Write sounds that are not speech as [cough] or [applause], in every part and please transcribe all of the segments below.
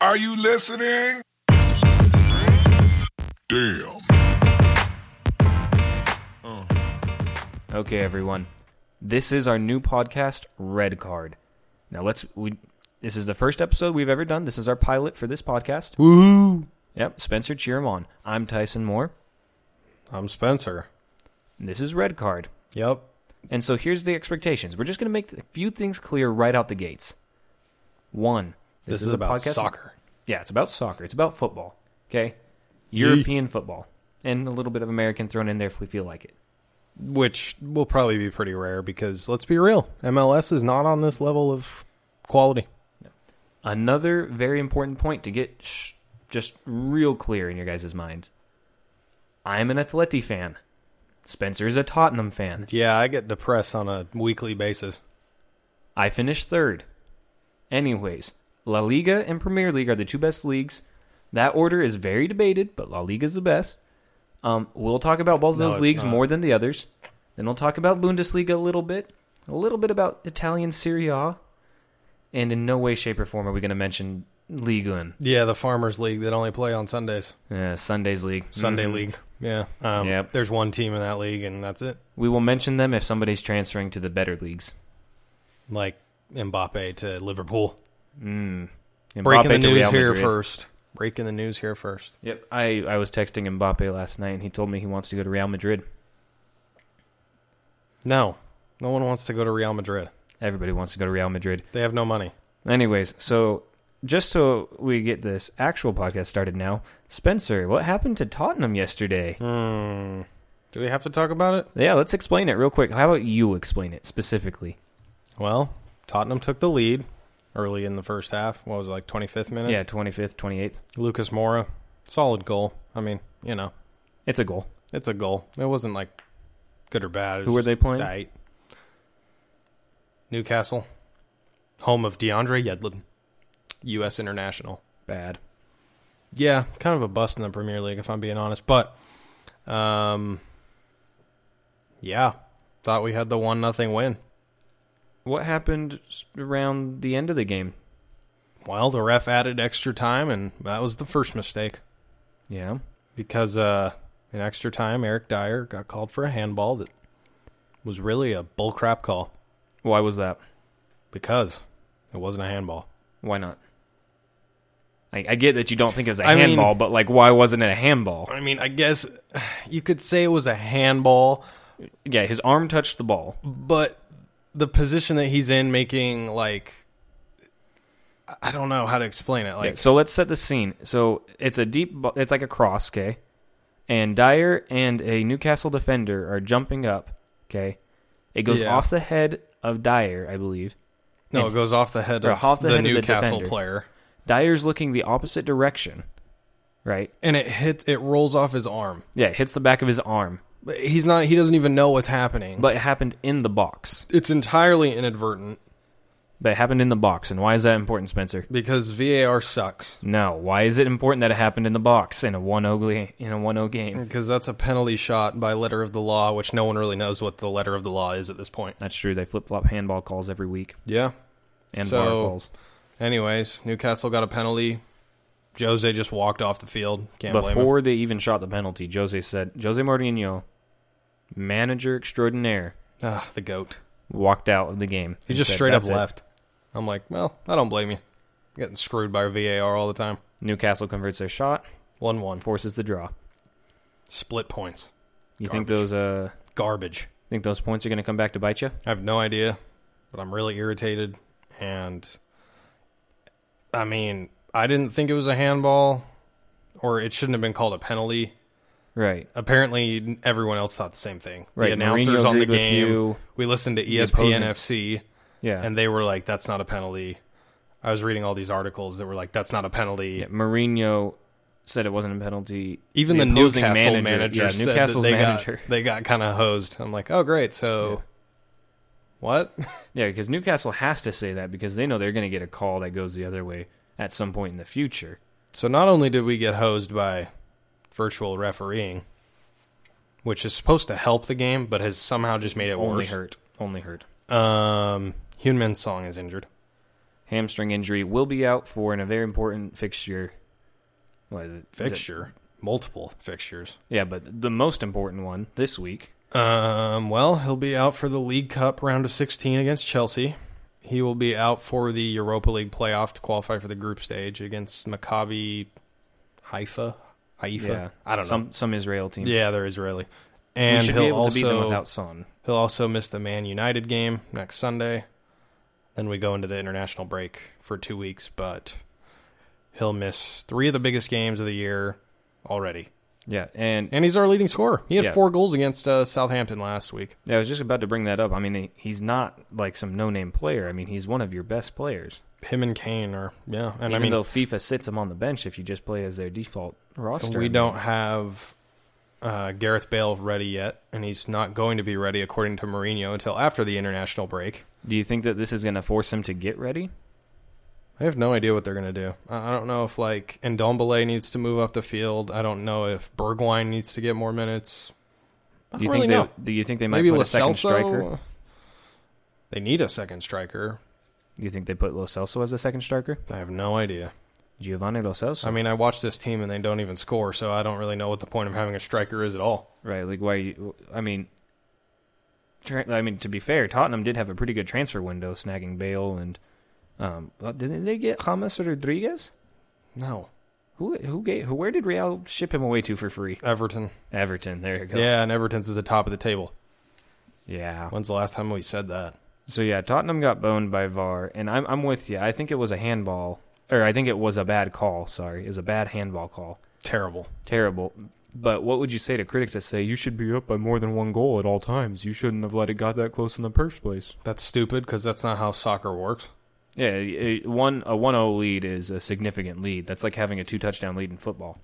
Are you listening? Damn. Okay, everyone. This is our new podcast, Red Card. Now let's we this is the first episode we've ever done. This is our pilot for this podcast. Woo! Yep, Spencer cheer him on. I'm Tyson Moore, I'm Spencer. and this is Red Card. Yep. And so here's the expectations. We're just going to make a few things clear right out the gates. One, This, is, a about podcast- soccer. Yeah, it's about soccer. It's about football. Okay? European football and a little bit of American thrown in there if we feel like it. Which will probably be pretty rare because let's be real, MLS is not on this level of quality. another very important point to get sh- just real clear in your guys' mind. I'm an Atleti fan. Spencer's a Tottenham fan. Yeah, I get depressed on a weekly basis. I finished third. Anyways, La Liga and Premier League are the two best leagues. That order is very debated, but La Liga is the best. Um, we'll talk about both of No, those it's leagues not. more than the others. Then we'll talk about Bundesliga a little bit, a little bit about Italian Serie A, and in no way, shape, or form are we going to mention Ligue 1. Yeah, the Farmers League that only play on Sundays. Uh, Sunday's league. Sunday League. Yeah. Um, Mm-hmm. Yep. There's one team in that league, and that's it. We will mention them if somebody's transferring to the better leagues. Like Mbappe to Liverpool. Mm. Mbappe Breaking to the news Real here Madrid. first. Breaking the news here first. Yep, I, I was texting Mbappe last night, and he told me he wants to go to Real Madrid. No, no one wants to go to Real Madrid. Everybody wants to go to Real Madrid. They have no money. Anyways, so just so we get this actual podcast started now, Spencer, what happened to Tottenham yesterday? Hmm. Do we have to talk about it? Yeah, let's explain it real quick. How about you explain it specifically? Well, Tottenham took the lead early in the first half. What was it, like 25th minute? Yeah, 25th, 28th. Lucas Mora, solid goal. I mean, you know, It's a goal. it's a goal. It wasn't like good or bad. It Who was were they playing? tight. Newcastle, home of DeAndre Yedlin, U.S. international. Bad. Yeah, kind of a bust in the Premier League, if I'm being honest. But, um, yeah, thought we had the one nothing win. What happened s- around the end of the game? Well, the ref added extra time, and that was the first mistake. Yeah. because uh, in extra time, Eric Dyer got called for a handball that was really a bullcrap call Why was that? because it wasn't a handball. Why not? I, I get that you don't think it was a I mean- handball, but like, why wasn't it a handball? I mean, I guess you could say it was a handball, Yeah, his arm touched the ball. but the position that he's in, making like I- I don't know how to explain it. Like, So let's set the scene. So it's a deep, bu- it's like a cross, okay? And Dyer and a Newcastle defender are jumping up, okay? It goes Yeah. off the head of Dyer, I believe. no, it goes off the head Or of off the the, head of the Newcastle defender. player, Dyer's looking the opposite direction, right? and it hit. It rolls off his arm. Yeah, it hits the back of his arm, But He's not. He doesn't even know what's happening. but it happened in the box. it's entirely inadvertent But it happened in the box. And why is that important, Spencer? because VAR sucks. No. Why is it important that it happened in the box in a 1-0 ga- in a 1-0 game? Because that's a penalty shot by letter of the law, which no one really knows what the letter of the law is at this point. That's true. They flip flop handball calls every week Yeah. and So- bar calls Anyways, Newcastle got a penalty. Jose just walked off the field. Can't blame him. before they even shot the penalty. Jose said, "Jose Mourinho, manager extraordinaire, Ah, the goat. walked out of the game." He and just said, straight up "That's it." left. I'm like, well, I don't blame you. Getting screwed by VAR all the time. Newcastle converts their shot, One one. forces the draw. Split points. You think Garbage. those uh Garbage. think those points are going to come back to bite you? I have no idea, but I'm really irritated. And I mean, I didn't think it was a handball, or it shouldn't have been called a penalty. Right. apparently everyone else thought the same thing. Right, The announcers Mourinho on the agreed with game. you. We listened to E opposing- ESPN FC, Yeah. and they were like, "That's not a penalty." I was reading all these articles that were like, "That's not a penalty." yeah, Mourinho said it wasn't a penalty. Even the, opposing Newcastle manager, yeah, said that Newcastle's they manager. got [laughs] they got kind of hosed. I'm like, "Oh, great." So, what? [laughs] Yeah, because Newcastle has to say that because they know they're going to get a call that goes the other way at some point in the future. so not only did we get hosed by virtual refereeing, which is supposed to help the game, but has somehow just made it Only worse. hurt. Only hurt. Um, Hyun Min Song is injured. hamstring injury, will be out for in a very important fixture. What is it? Is it- Fixture. Multiple fixtures. Yeah, but the most important one this week. Um, well, he'll be out for the League Cup round of 16 against Chelsea. He will be out for the Europa League playoff to qualify for the group stage against Maccabi Haifa. Haifa. Yeah, I don't know. some some Israel team. yeah, they're Israeli. we And should he'll be able also to beat them without Son. he'll also miss the Man United game next Sunday. Then we go into the international break for 2 weeks, but he'll miss 3 of the biggest games of the year already. Yeah, and And he's our leading scorer. He had Yeah. 4 goals against uh, Southampton last week. yeah, I was just about to bring that up. I mean, he- he's not like some no-name player. I mean, he's one of your best players. him and Kane are yeah, and Even I mean though FIFA sits him on the bench if you just play as their default roster. we don't have uh, Gareth Bale ready yet, and he's not going to be ready according to Mourinho until after the international break. Do you think that this is going to force him to get ready? I have no idea what they're going to do. I I don't know if like Ndombele needs to move up the field. I don't know if Bergwijn needs to get more minutes. I Do you think don't really they? know. Do you think they might Maybe put Lo a second Celso? striker? They need a second striker. Do you think they put Lo Celso as a second striker? I have no idea. Giovanni Lo Celso. I mean, I watch this team and they don't even score, so I don't really know what the point of having a striker is at all. Right, like why? You, I mean, tra- I mean to be fair, Tottenham did have a pretty good transfer window, snagging Bale and um, well, didn't they get James Rodriguez? No, Who who gave? Who, where did Real ship him away to for free? Everton. Everton. There you go. Yeah, and Everton's at the top of the table. Yeah. When's the last time we said that? So yeah, Tottenham got boned by VAR, and I'm I'm with you. I think it was a handball, or I think it was a bad call. Sorry, it was a bad handball call. Terrible. terrible. But what would you say to critics that say you should be up by more than one goal at all times? You shouldn't have let it got that close in the first place. That's stupid because that's not how soccer works. Yeah, it- one a 1-0 lead is a significant lead. That's like having a two touchdown lead in football.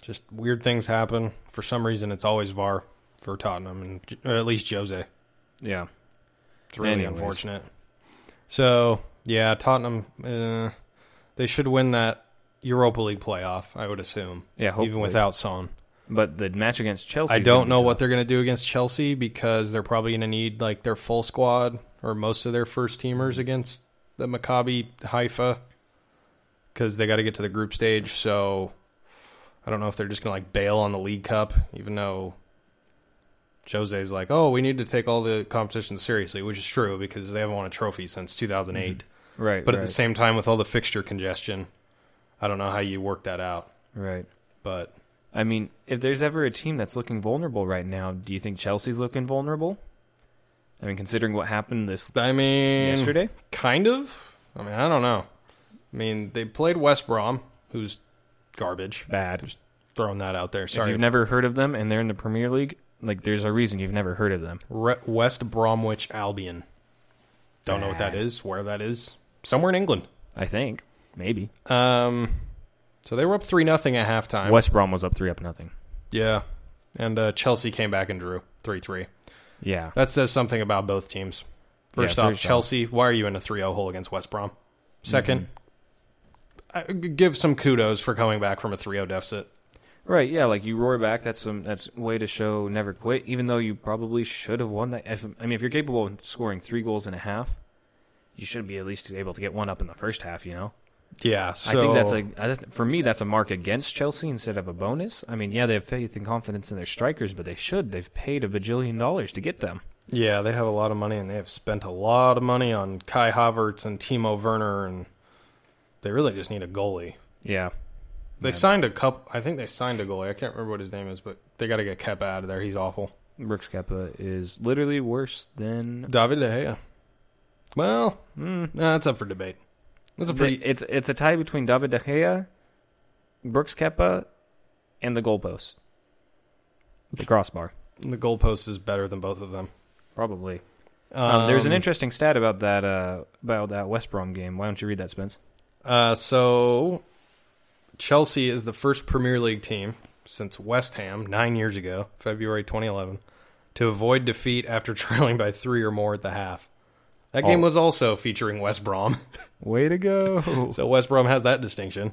Just weird things happen. For some reason, it's always VAR for Tottenham, and or at least Jose. Yeah, It's really Anyways. unfortunate. So yeah, Tottenham. Uh, they should win that Europa League playoff. I would assume, yeah. Hopefully. even without Son. but the match against Chelsea. I don't know what they're going to do against Chelsea because they're probably going to need like their full squad or most of their first teamers against the Maccabi Haifa because they got to get to the group stage. So I don't know if they're just going to like bail on the League Cup, even though Jose's like, oh, we need to take all the competitions seriously, which is true because they haven't won a trophy since 2008. Right, But right, at the same time, with all the fixture congestion, I don't know how you work that out. right. But I mean, if there's ever a team that's looking vulnerable right now, do you think Chelsea's looking vulnerable? I mean, considering what happened this I mean, yesterday. Kind of. I mean, I don't know. I mean, they played West Brom, who's garbage. Bad. Throwing that out there. If Sorry. you've never heard of them and they're in the Premier League, like there's a reason you've never heard of them. Re- West Bromwich Albion. Don't know what that Bad. is, where that is. Somewhere in England. I think maybe Um, so they were up 3 nothing at halftime. West Brom was up three up nothing. Yeah. And uh, Chelsea came back and drew 3 3. Yeah, That says something about both teams. First Yeah, off, first off. Chelsea, why are you in a 3 0 hole against West Brom? Mm-hmm. 2nd give some kudos for coming back from a 3 0 deficit. right. Yeah, like you roar back. That's some that's way to show never quit. Even though you probably should have won that. If, I mean, if you're capable of scoring three goals and a half, you should be at least able to get one up in the first half. You know, Yeah, so I think that's a I just- for me that's a mark against Chelsea instead of a bonus. I mean, yeah, they have faith and confidence in their strikers, but they should. They've paid a bajillion dollars to get them. yeah. They have a lot of money, and they have spent a lot of money on Kai Havertz and Timo Werner, and they really just need a goalie. Yeah, They signed a couple. I think they signed a goalie. I can't remember what his name is, but they got to get Kepa out of there. He's awful. Brooks Kepa is literally worse than. David De Gea. Well, Hmm. nah, that's up for debate. That's a They- pretty. it's it's a tie between David De Gea, Brooks Keppa, and the goalpost, the crossbar, The goalpost is better than both of them. probably. Um, there's an interesting stat about that uh, about that West Brom game. Why don't you read that, Spence? Uh, so Chelsea is the first Premier League team since West Ham nine years ago, February 2011, to avoid defeat after [laughs] trailing by three or more at the half. That game Oh. was also featuring West Brom, [laughs] Way to go! so West Brom has that distinction.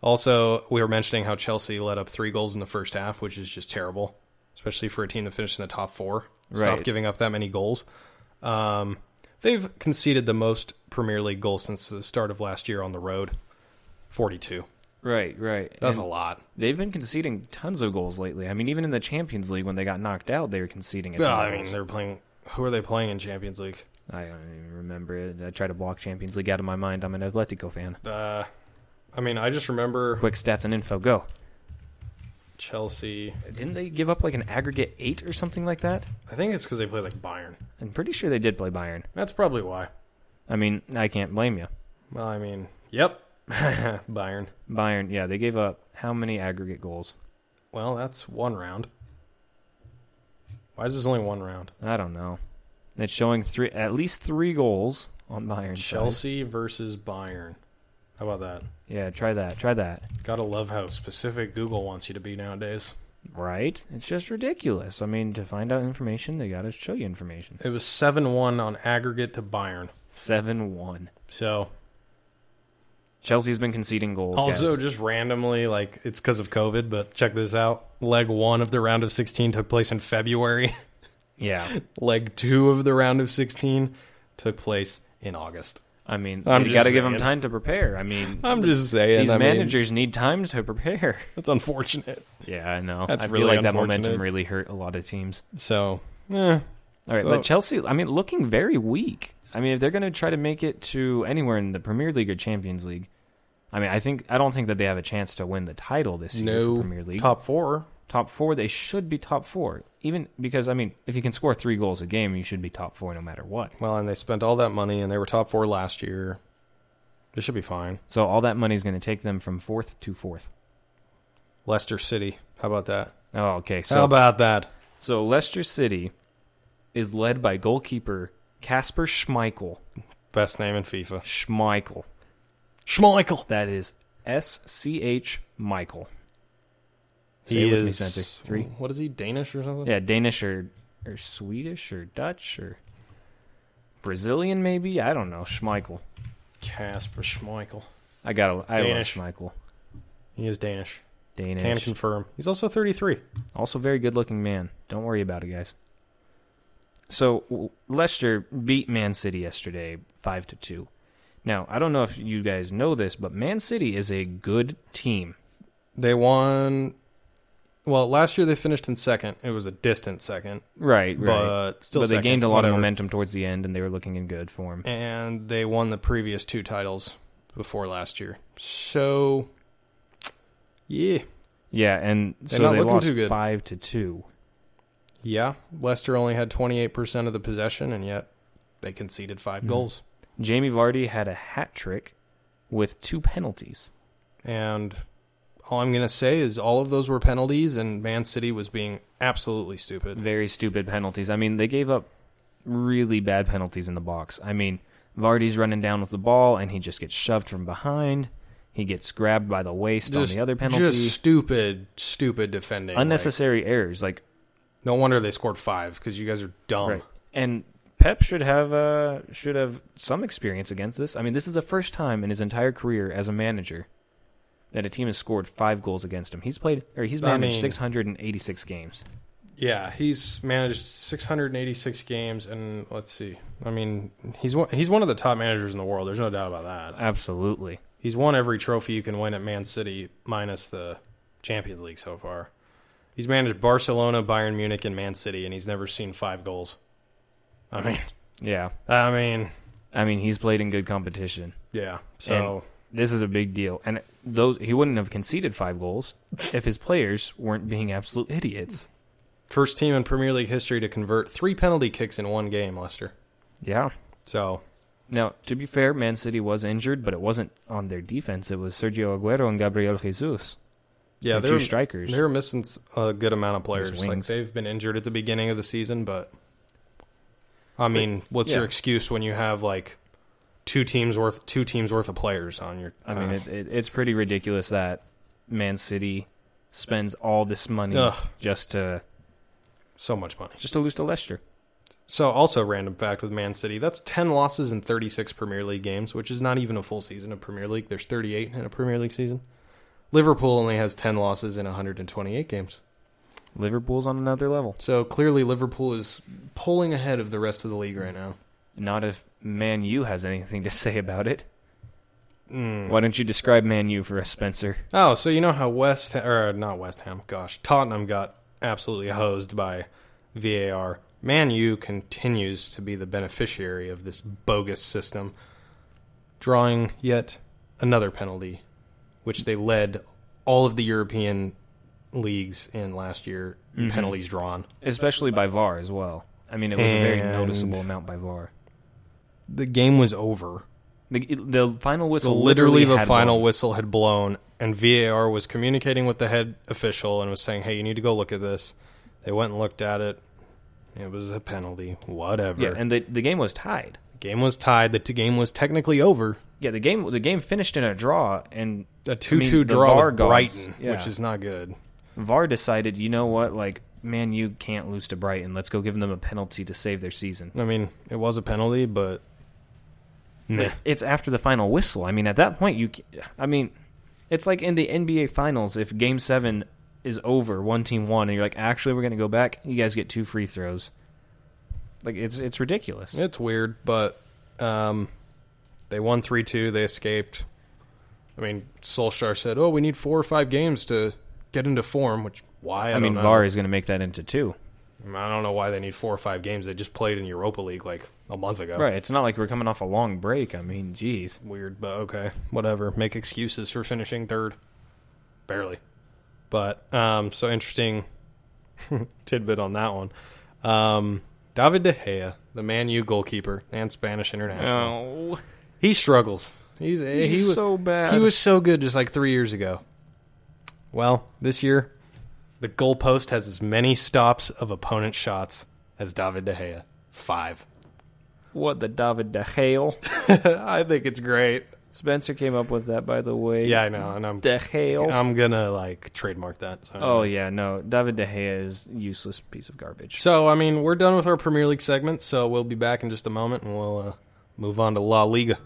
Also, we were mentioning how Chelsea let up three goals in the first half, which is just terrible, especially for a team that finished in the top four. Stop Right. giving up that many goals. Um, They've conceded the most Premier League goals since the start of last year on the road 42. [laughs] Right, right. That's And a lot. They've been conceding tons of goals lately. I mean, even in the Champions League when they got knocked out, they were conceding a ton Well, of I mean, goals. they're playing. Who are they playing in Champions League? I don't even remember it. I try to block Champions League out of my mind. I'm an Atletico fan. Uh, I mean, I just remember Quick stats and info, go. Chelsea. Didn't they give up like an aggregate eight or something like that? I think it's because they play like Bayern. I'm pretty sure they did play Bayern. That's probably why. I mean, I can't blame you. Well, I mean, yep, [laughs] Bayern. Bayern, yeah, they gave up how many aggregate goals? Well, that's one round. Why is this only one round? I don't know. It's showing three, at least three goals on Bayern. Chelsea versus Bayern. How about that? Yeah, try that. Try that. Gotta love how specific Google wants you to be nowadays. Right? It's just ridiculous. I mean, to find out information, they got to show you information. It was 7 1 on aggregate to Bayern. 7 1. So, Chelsea's been conceding goals. also guys. just randomly, like, it's because of COVID, but check this out. Leg one of the round of 16 took place in February, [laughs] yeah. leg two of the round of 16 took place in August. I mean, I'm you just got to give them saying. time to prepare. I mean, I'm just saying. these I mean, managers need time to prepare. [laughs] That's unfortunate. Yeah, I know. That's I feel really like that momentum unfortunate. really hurt a lot of teams. So, eh, All right, So- but Chelsea, I mean, looking very weak. I mean, if they're going to try to make it to anywhere in the Premier League or Champions League, I mean, I think I don't think that they have a chance to win the title this year for no Premier League. top four. top 4, they should be top 4. Even because I mean, if you can score 3 goals a game, you should be top 4 no matter what. Well, and they spent all that money, and they were top four last year. This should be fine. So all that money is going to take them from 4th to 4th. Leicester City. How about that? Oh, okay. How So about that? so Leicester City is led by goalkeeper Casper Schmeichel. Best name in FIFA. Schmeichel. Schmeichel. That is S C H Michael. Say He it with me, is Spencer. Three. What is he? Danish or something? Yeah, Danish or or Swedish or Dutch or Brazilian maybe. I don't know. Schmeichel. Casper Schmeichel. I got. I Danish. love Schmeichel. He is Danish. Danish. Can confirm. He's also 33. Also very good looking man. Don't worry about it, guys. So w- Leicester beat Man City yesterday, five to two. Now I don't know if you guys know this, but Man City is a good team. They won. Well, last year they finished in second. It was a distant second, Right, right. but still. but they second, gained a lot whatever. of momentum towards the end, and they were looking in good form. and they won the previous two titles before last year. So, yeah, Yeah, and so not they looking lost too good. five to two. yeah. Leicester only had twenty eight percent of the possession, and yet they conceded Hmm. 5 goals. Jamie Vardy had a hat trick with two penalties. And all I'm gonna say is all of those were penalties, and Man City was being absolutely stupid. Very stupid penalties. I mean, they gave up really bad penalties in the box. I mean, Vardy's running down with the ball and he just gets shoved from behind. He gets grabbed by the waist on the other penalty. just stupid, stupid defending. Unnecessary errors. Like Like, no wonder they scored five because you guys are dumb. Right. Um, And Pep should have uh, should have some experience against this. I mean, this is the first time in his entire career as a manager that a team has scored five goals against him. He's played or he's I managed mean- 686 games. Yeah, he's managed 686 games, and let's see. I mean, he's one, he's one of the top managers in the world. There's no doubt about that. Absolutely. He's won every trophy you can win at Man City, minus the Champions League so far. He's managed Barcelona, Bayern Munich, and Man City, and he's never seen five goals. I mean, Yeah. I mean, I mean, he's played in good competition. yeah. So This is a big deal. And those he wouldn't have conceded five goals if his players weren't being absolute idiots. first team in Premier League history to convert three penalty kicks in one game, Lester. Yeah. So Now, to be fair, Man City was injured, but it wasn't on their defense. It was Sergio Aguero and Gabriel Jesus. yeah, They're they're two strikers. They're missing s- a good amount of players. Like wings. they've been injured at the beginning of the season, but I mean, what's yeah. your excuse when you have like two teams worth two teams worth of players on your? uh, I mean, it, it, it's pretty ridiculous that Man City spends all this money Ugh. just to so much money. just to lose to Leicester. So, also random fact with Man City: that's ten losses in thirty-six Premier League games, which is not even a full season of Premier League. There's thirty-eight in a Premier League season. Liverpool only has ten losses in one hundred and twenty-eight games. Liverpool's on another level. So clearly, Liverpool is pulling ahead of the rest of the league right now. Not if Man U has anything to [laughs] say about it. Why don't you describe Man U for us, Spencer? Oh, so you know how West or not West Ham, gosh, Tottenham got absolutely hosed by VAR. Man U continues to be the beneficiary of this bogus system, drawing yet another penalty, which they led all of the European leagues in last year in penalties drawn. Especially by VAR as well. I mean, it was a very And- noticeable amount by VAR. The game was over. The, the final whistle literally, the had final one. whistle had blown, and VAR was communicating with the head official and was saying, "Hey, you need to go look at this." They went and looked at it. It was a penalty. Whatever. Yeah, and the, the game was tied. game was tied. The t- game was technically over. Yeah, the game the game finished in a draw, and A I mean, two-two the draw VAR with gods- Brighton, yeah. which is not good. VAR decided, you know what, like Man U can't lose to Brighton. Let's go give them a penalty to save their season. I mean, it was a penalty, but nah. It's after the final whistle. I mean, at that point, you, c- I mean, it's like in the NBA Finals if Game Seven is over, one team won, and you're like, actually, we're gonna go back. You guys get two free throws. Like it's it's ridiculous. it's weird. But um, they won three-two. They escaped. I mean, Solskjaer said, "Oh, we need four or five games to get into form." Which why? I, I, don't mean, know. VAR is gonna make that into two. I mean, I don't know why they need four or five games. They just played in Europa League like a month ago. Right. It's not like we're coming off a long break. I mean, jeez. Weird, but okay. Whatever. Make excuses for finishing third. Barely. But um so interesting [laughs] tidbit on that one. Um David De Gea, the Man U goalkeeper and Spanish international. Oh, He struggles. He's, eh, he he's was, so bad. he was so good just like 3 years ago. Well, this year the goalpost has as many stops of opponent shots as David De Gea. 5. what the David De Gea. I think it's great. Spencer came up with that, by the way. Yeah, I know, and I'm De Gea. I'm gonna like trademark that. So. Oh yeah, no. David De Gea is useless piece of garbage. So I mean, we're done with our Premier League segment, so we'll be back in just a moment, and we'll uh, move on to La Liga.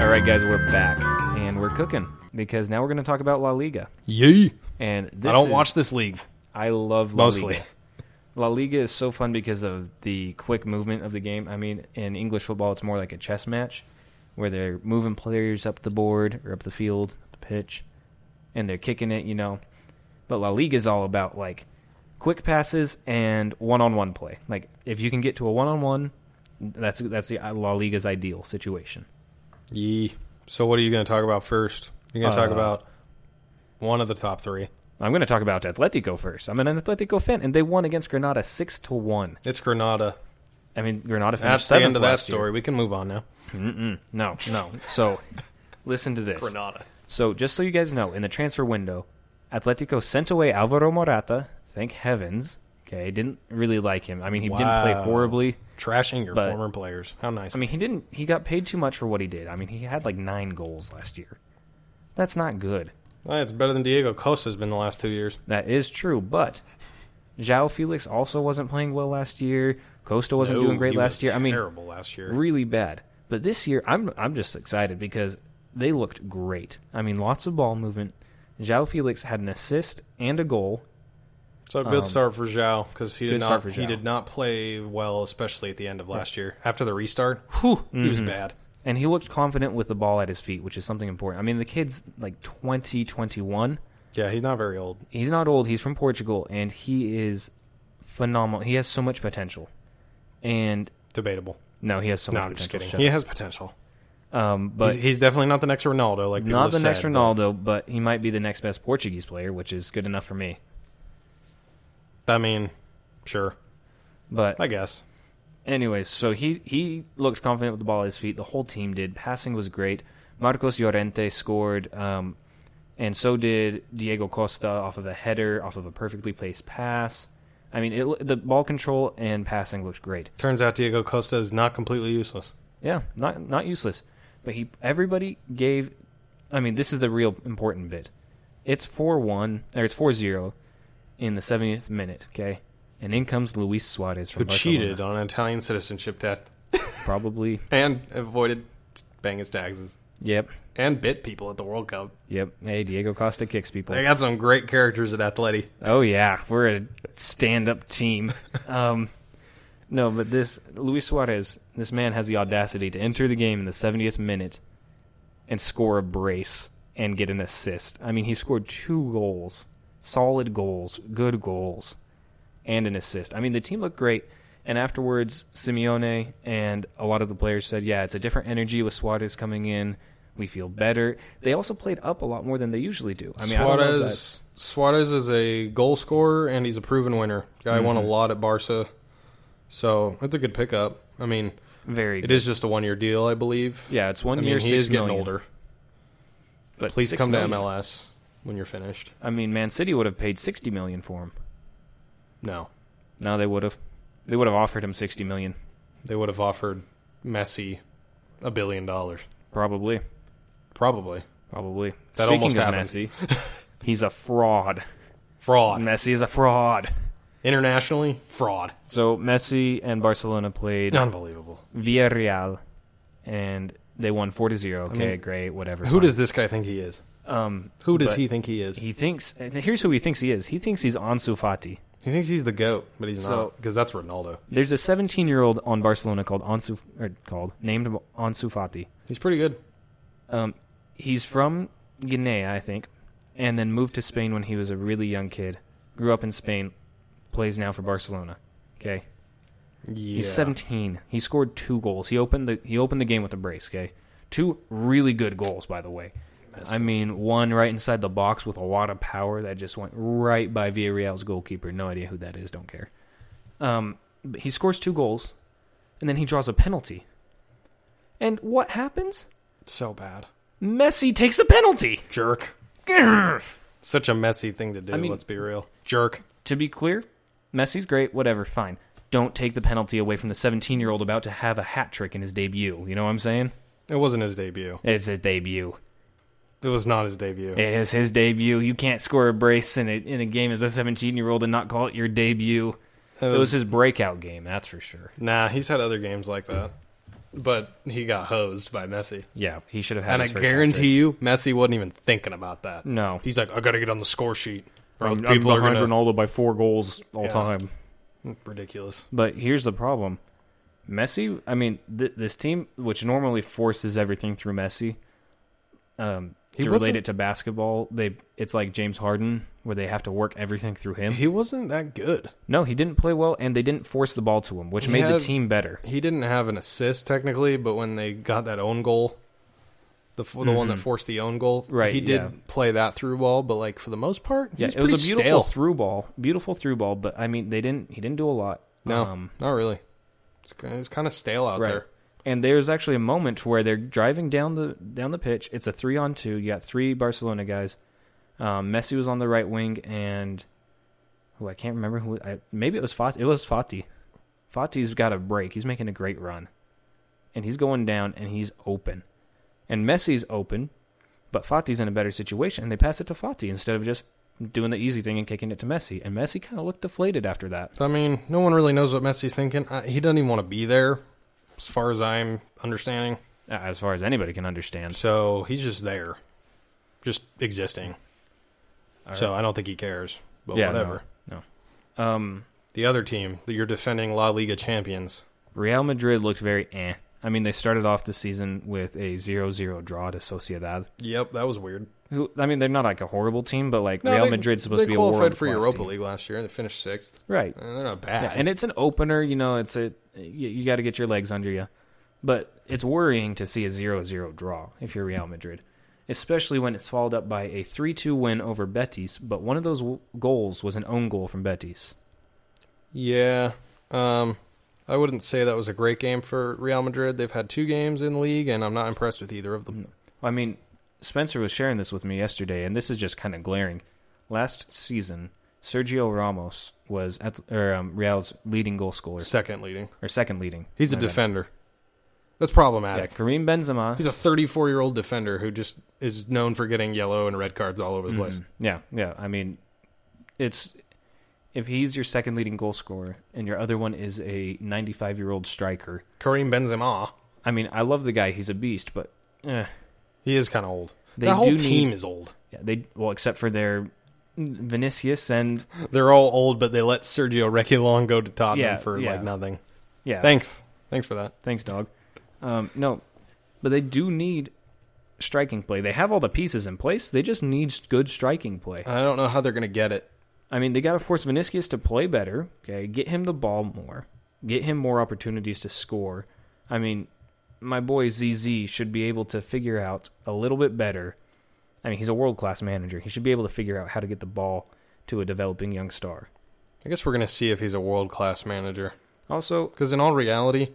All right, guys, we're back and we're cooking because now we're going to talk about La Liga. Yee! And this I don't is- watch this league I love La mostly. Liga. [laughs] La Liga is so fun because of the quick movement of the game. I mean, in English football, it's more like a chess match where they're moving players up the board or up the field, up the pitch, and they're kicking it, you know. But La Liga is all about like quick passes and one-on-one play. Like if you can get to a one-on-one, that's that's the uh, La Liga's ideal situation. Yee. So what are you gonna talk about first? You're gonna talk Uh, about one of the top three. I'm going to talk about Atletico first. I'm an Atletico fan, and they won against Granada six to one. It's Granada. I mean, Granada finished That's the end seventh of that last year. story. We can move on now. No, no. So, listen to this. Granada. So, just so you guys know, in the transfer window, Atletico sent away Alvaro Morata. Thank heavens. Okay, didn't really like him. I mean, he didn't play Wow. horribly. Trashing your But- former players. How nice. I mean, he didn't. He got paid too much for what he did. I mean, he had like nine goals last year. That's not good. Eh, it's better than Diego Costa's been the last two years. That is true, but Zhao Felix also wasn't playing well last year. Costa wasn't No, doing great Oh, he last was year. I mean, terrible last year. really bad. But this year, I'm I'm just excited because they looked great. I mean, lots of ball movement. Zhao Felix had an assist and a goal. So a good start for Zhao because he Um, good did start not for he Zhao. did not play well, especially at the end of last year. After the restart, whew, he Mm-hmm. was bad. And he looked confident with the ball at his feet, which is something important. I mean, the kid's like 20, 21. Yeah, he's not very old. He's not old. He's from Portugal, and he is phenomenal. He has so much potential. And Debatable. no, he has so No, much I'm just potential. kidding. Shut He has potential. up. Um, but he's, he's definitely not the next Ronaldo. Like people not have the next said, Ronaldo, but he might be the next best Portuguese player, which is good enough for me. but, I mean, sure, But I guess. Anyways, so he he looked confident with the ball at his feet. The whole team did. Passing was great. Marcos Llorente scored, um, and so did Diego Costa off of a header, off of a perfectly placed pass. I mean, it, the ball control and passing looked great. Turns out Diego Costa is not completely useless. Yeah, not not useless. But he everybody gave I mean, this is the real important bit. It's 4-1 or it's 4-0 in the 70th minute, okay? And in comes Luis Suarez from Who cheated Barcelona. on an Italian citizenship test probably and avoided paying his taxes? Yep. and bit people at the World Cup. Yep. Hey, Diego Costa kicks people. They got some great characters at Atleti. Oh yeah, we're a stand-up team. Um, no, but this Luis Suarez, this man has the audacity to enter the game in the 70th minute and score a brace and get an assist. I mean, he scored two goals, solid goals, good goals, and an assist. I mean, the team looked great. And afterwards, Simeone and a lot of the players said, "Yeah, it's a different energy with Suarez coming in. We feel better." They also played up a lot more than they usually do. I mean, I don't know if that's- Suarez Suarez is a goal scorer and he's a proven winner. Guy won a Mm-hmm. lot at Barca, so it's a good pickup. I mean, very it is just a one year deal, I believe. Yeah, it's I one mean, year. he six is getting million, older. But Please six come million. to MLS when you're finished. I mean, Man City would have paid sixty million for him. No, No, they would have. They would have offered him sixty million, they would have offered Messi a billion dollars, probably. probably. Probably. That Speaking almost of happened. Messi, [laughs] he's a fraud. Fraud Messi is a fraud. internationally, fraud. So Messi and Barcelona played Unbelievable. Villarreal, and they won four to zero. Okay, mean, great, whatever. Who fine. does this guy think he is? um? Who does But- he think he is? He thinks. and Here's who he thinks he is. He thinks he's Ansu Fati. He thinks he's the goat, but he's So- not because that's Ronaldo. There's a 17 year old on Barcelona called Ansu, or called named Ansu Fati. He's pretty good. Um, he's from Guinea, I think, and then moved to Spain when he was a really young kid. Grew up in Spain, plays now for Barcelona. Okay, Yeah. he's 17. He scored two goals. He opened the he opened the game with a brace. Okay, two really good goals, by the way. I mean, one right inside the box with a lot of power that just went right by Villarreal's goalkeeper. No idea who that is. Don't care. Um, but he scores two goals, and then he draws a penalty. And what happens? So bad. Messi takes a penalty. [laughs] Jerk. Such a messy thing to do, I mean- let's be real. Jerk. to be clear, Messi's great, whatever, fine. Don't take the penalty away from the 17 year old about to have a hat trick in his debut. You know what I'm saying? It wasn't his debut. It's his debut. It was not his debut. It is his debut. You can't score a brace in a, in a game as a 17 year old and not call it your debut. It It was- was, his breakout game, that's for sure. Nah, he's had other games like that. But he got hosed by Messi. Yeah, he should have had. And I his first hat trick. guarantee you, Messi wasn't even thinking about that. No, He's like, I gotta get on the score sheet. Or I'm, other I'm people are behind gonna... Ronaldo by four goals all Yeah. time. [laughs] ridiculous. But here's the problem. Messi, I mean, th- this team, which normally forces everything through Messi, um, He to relate wasn't- it to basketball, they it's like James Harden, where they have to work everything through him. He wasn't that good. No, he didn't play well, and they didn't force the ball to him, which He made the had- team better. He didn't have an assist technically, but when they got that own goal, the f- the one that forced the own goal, Mm-hmm. Right, He did yeah. play that through ball, but like for the most part, he Yeah, was it was a pretty beautiful stale. through ball, beautiful through ball. But I mean, they didn't. He didn't do a lot. No, Um, not really. It's, ki- it's kind of stale out there. And there's actually a moment where they're driving down the down the pitch. It's a three on two. You got three Barcelona guys. Um, Messi was on the right wing, and who I can't remember who. I, maybe it was Fati. It was Fati. Fati's got a break. He's making a great run, and he's going down, and he's open, and Messi's open, but Fati's in a better situation. And they pass it to Fati instead of just doing the easy thing and kicking it to Messi. And Messi kind of looked deflated after that. I mean, no one really knows what Messi's thinking. I, he doesn't even want to be there, as far as I'm understanding. uh, As far as anybody can understand, So he's just there, just existing. So I don't think he cares. But Yeah, whatever. no, no. Um. The other team, that you're defending La Liga champions. Real Madrid looked very eh. I mean, they started off the season with a 0-0 draw to Sociedad. Yep, that was weird. Who I mean, they're not like a horrible team, but like No, Real they- Madrid's supposed they to be a qualified world for Europa League last year. They finished sixth. right? And they're not bad. Yeah, and it's an opener. You know, it's a you, you got to get your legs under you. But it's worrying to see a 0-0 draw if you're Real Madrid, especially when it's followed up by a 3-2 win over Betis. But one of those w- goals was an own goal from Betis. yeah. Um, I wouldn't say that was a great game for Real Madrid. They've had two games in the league, and I'm not impressed with either of them. I mean, Spencer was sharing this with me yesterday, and this is just kind of glaring. Last season, Sergio Ramos was at or, um, Real's leading goal scorer Second leading. or second leading. He's a My bad. defender. That's Yeah, problematic. Karim Benzema. He's a 34 year old defender who just is known for getting yellow and red cards all over the place. Yeah, yeah. I mean, it's if he's your second leading goal scorer and your other one is a 95 year old striker. Karim Benzema. I mean, I love the guy. He's a beast, but eh, He is kind of old. They that whole do team need- is old. Yeah, they well, except for their Vinicius and They're all old, but they let Sergio Reguilon go to Tottenham Yeah, for yeah. like nothing. yeah, Thanks, thanks for that. thanks, dog. Um, no, but they do need striking play. They have all the pieces in place. They just need good striking play. I don't know how they're gonna get it. I mean, they got to force Vinicius to play better. Okay, get him the ball more, get him more opportunities to score. I mean, my boy ZZ should be able to figure out a little bit better. I mean, he's a world class manager. He should be able to figure out how to get the ball to a developing young star. I guess we're gonna see if he's a world class manager. Also, Because in all reality,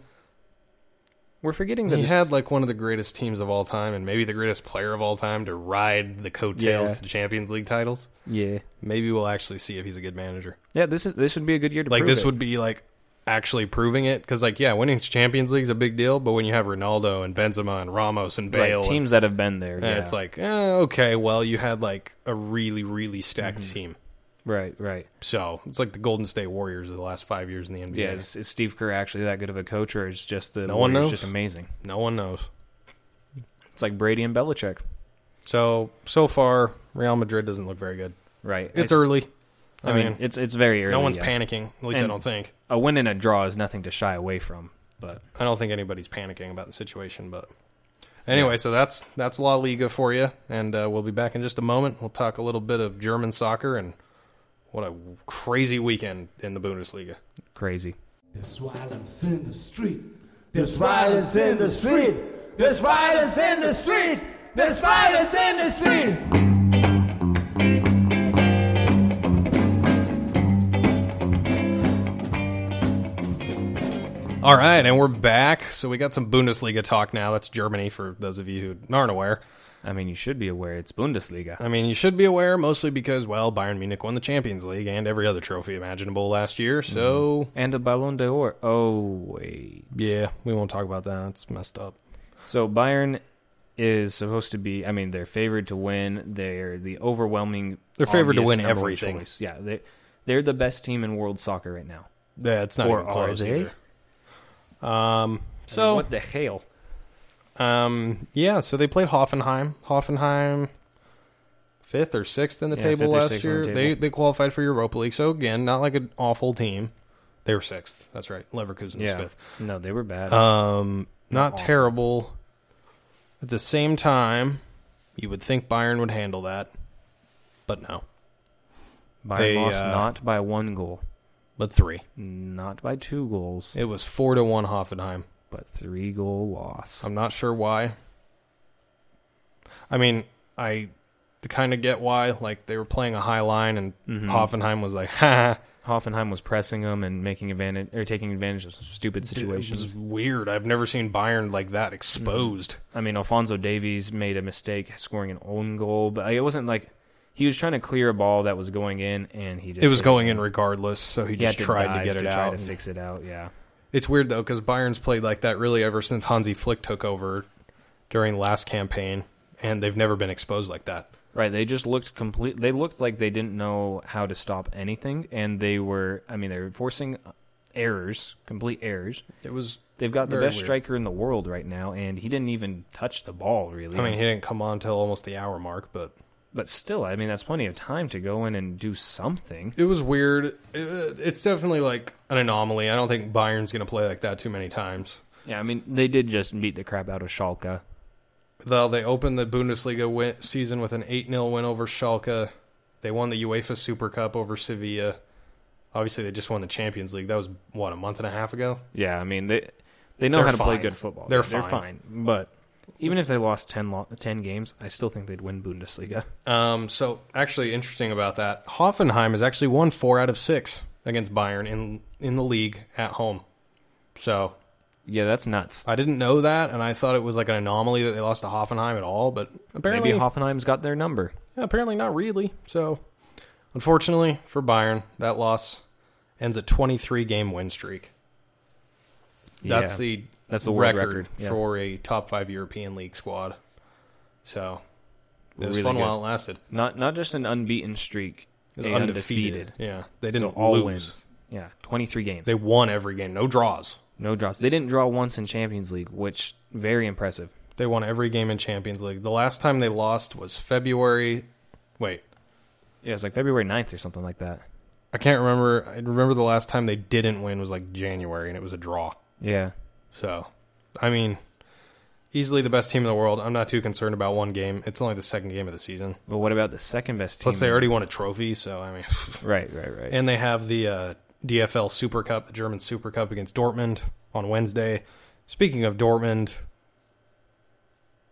we're forgetting that he this- had like one of the greatest teams of all time, and maybe the greatest player of all time to ride the coattails Yeah. to Champions League titles. yeah, Maybe we'll actually see if he's a good manager. yeah. This is this would be a good year to Like prove this it. would be like actually proving it because like yeah, winning Champions League is a big deal, but when you have Ronaldo and Benzema and Ramos and Right, Bale, and- teams that have been there. and, yeah. it's like eh, okay, well you had like a really really stacked team. right, right. So it's like the Golden State Warriors of the last five years in the NBA. Yeah, is, is Steve Kerr actually that good of a coach, or is just the No one Warriors knows. just amazing? No one knows. It's like Brady and Belichick. So so far, Real Madrid doesn't look very good. Right. It's, early. I mean, it's it's very early. no one's yeah. panicking. At least I And- don't think. A win and a draw is nothing to shy away from. But I don't think anybody's panicking about the situation. But anyway, so that's that's La Liga for you, and uh, we'll be back in just a moment. We'll talk a little bit of German soccer and what a crazy weekend in the Bundesliga. crazy. There's violence in the street. There's violence in the street. There's violence in the street. There's violence in the street. All right, and we're back. So we got some Bundesliga talk now. That's Germany for those of you who aren't aware. I mean, you should be aware it's Bundesliga. I mean, you should be aware mostly because well, Bayern Munich won the Champions League and every other trophy imaginable last year. So And a Ballon d'Or. Oh wait. yeah, we won't talk about that. It's messed up. So Bayern is supposed to be. I mean, they're favored to win. They're the overwhelming. They're favored to obvious win number one everything. choice. Yeah, they they're the best team in world soccer right now. Yeah, it's not Or even close are they? either. Um, so what the hell? Um, yeah, so they played Hoffenheim. Hoffenheim, fifth or sixth in the Yeah, table fifth or last sixth on year. the table. They they qualified for Europa League. So again, not like an awful team. They were sixth. That's right. Leverkusen Yeah. was No, they were bad. fifth. Um, not Awful. terrible. At the same time, you would think Bayern would handle that, but no, Bayern they, lost uh, not by one goal, but three. not by two goals, It was four to one Hoffenheim. but three goal loss. I'm not sure why. I mean, I kind of get why. Like they were playing a high line, and Hoffenheim was like, [laughs] "Ha!" ha." Hoffenheim was pressing them and making advantage or taking advantage of some stupid It situations. was weird. I've never seen Bayern like that exposed. I mean, Alfonso Davies made a mistake scoring an own goal, but like, it wasn't like he was trying to clear a ball that was going in, and he just It was going in regardless, so he He had just tried to dive get it try to out. fix it out. Yeah, It's weird though, because Bayern's played like that really ever since Hansi Flick took over during last campaign, and they've never been exposed like that. right. They just looked complete. They looked like they didn't know how to stop anything, and they were. I mean, they were forcing errors, complete errors. It was. They've got the Very best weird. striker in the world right now, and he didn't even touch the ball really. I mean, he didn't come on till almost the hour mark, but but still, I mean, that's plenty of time to go in and do something. It was weird. It- It's definitely like an anomaly. I don't think Bayern's going to play like that too many times. Yeah, I mean, they did just beat the crap out of Schalke. Though they opened the Bundesliga win- season with an 8 0 win over Schalke. They won the UEFA Super Cup over Sevilla. Obviously, they just won the Champions League. That was, what, a month and a half ago? Yeah, I mean they they know They're how to play fine. good football. They're they're fine. fine. But even if they lost 10, lo- 10 games, I still think they'd win Bundesliga. Um, so, actually, interesting about that Hoffenheim has actually won four out of six against Bayern in, in the league at home. So, Yeah, that's nuts. I didn't know that, and I thought it was like an anomaly that they lost to Hoffenheim at all, but apparently. Maybe Hoffenheim's got their number. Yeah, apparently not really. So, unfortunately for Bayern, that loss ends a 23 game win streak. That's Yeah. the That's the world record, yeah. for a top five European League squad. So, it was Really fun good. while it lasted. not not just an unbeaten streak. It was a undefeated. Yeah, they So didn't all lose. wins. Yeah, twenty three games, They won every game, no draws. no draws. They didn't draw once in Champions League, which very impressive. They won every game in Champions League. The last time they lost was February. Wait, Yeah, it's like February 9th or something like that. I can't remember. I remember the last time they didn't win was like January, and it was a draw. Yeah. So, I mean, easily the best team in the world. I'm not too concerned about one game. It's only the second game of the season. But what about the second best team? Plus, they already won a trophy, so I mean, [laughs] Right, right, right. and they have the uh, DFL Super Cup, the German Super Cup against Dortmund on Wednesday. Speaking of Dortmund,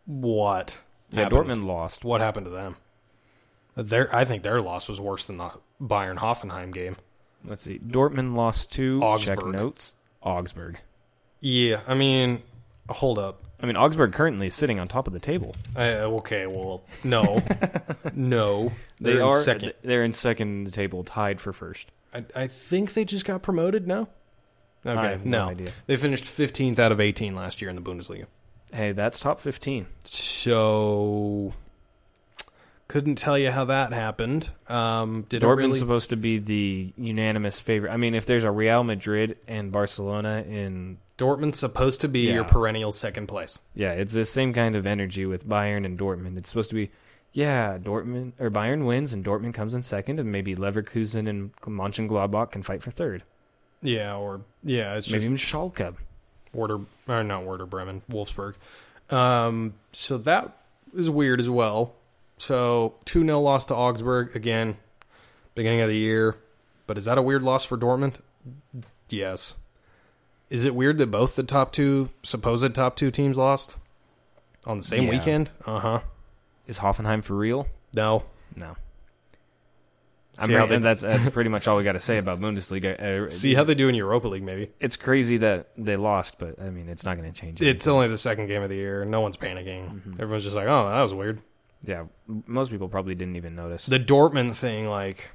what? yeah, happened? Dortmund lost. What happened to them? Their, I think their loss was worse than the Bayern Hoffenheim game. Let's see. Dortmund lost two. Check Augsburg. notes. Augsburg. Yeah, I mean, hold up. I mean, Augsburg currently is sitting on top of the table. I, okay, well, [laughs] no, no, They They're in are second. They're in second in the table, tied for first. I, I think they just got promoted. No, okay, I have no no, idea. they finished 15th out of 18 last year in the Bundesliga. Hey, that's top fifteen. So couldn't tell you how that happened. Um, Dortmund's did it really? supposed to be the unanimous favorite. I mean, if there's a Real Madrid and Barcelona in, Dortmund's supposed to be Yeah. your perennial second place. yeah, it's the same kind of energy with Bayern and Dortmund. It's supposed to be, yeah, Dortmund or Bayern wins and Dortmund comes in second, and maybe Leverkusen and Mönchengladbach can fight for third. Yeah, or yeah, it's Maybe just even Schalke. Werder or not Werder Bremen, Wolfsburg. Um, so that is weird as well. So two 0 loss to Augsburg again, beginning of the year. But is that a weird loss for Dortmund? Yes. Is it weird that both the top two supposed top two teams lost on the same Yeah. weekend? Uh huh. Is Hoffenheim for real? No. No. See I'm how right, they- and that's that's pretty much all we got to say about Bundesliga. Uh, See how they do in Europa League, maybe. it's crazy that they lost, but I mean, it's not going to change it. It's only the second game of the year. No one's panicking. Everyone's just like, oh, that was weird. Yeah, m- most people probably didn't even notice. The Dortmund thing, like,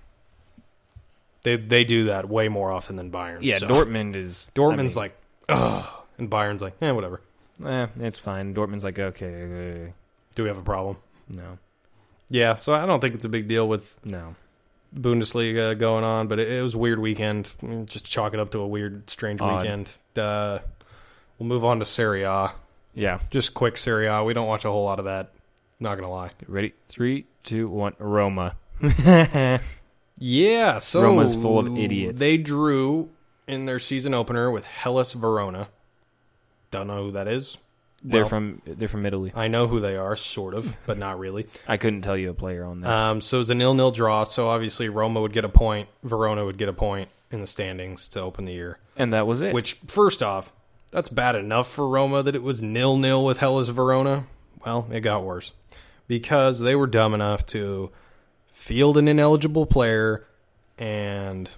they they do that way more often than Bayern. yeah, so. Dortmund is [laughs] Dortmund's like, ugh. And Bayern's like, eh, whatever. like, eh, it's fine. Dortmund's like, okay, uh, Do we have a problem? no, Yeah, so I don't think it's a big deal with no, Bundesliga going on, but it, it was a weird weekend. Mm, Just chalk it up to a weird, strange Odd. weekend. Uh, we'll move on to Serie A. yeah. Just quick Serie A. We don't watch a whole lot of that. Not going to lie. Ready? Three, two, one. Roma. Yeah, so Roma's full of idiots. They drew in their season opener with Hellas Verona. Don't know who that is. They're Well- from they're from Italy. I know who they are, sort of, but not really. I couldn't tell you a player on that. Um, so it was a nil-nil draw. So obviously Roma would get a point, Verona would get a point in the standings to open the year. and that was it. Which, first off, that's bad enough for Roma that it was nil nil with Hellas Verona. Well, it got worse because they were dumb enough to field an ineligible player, and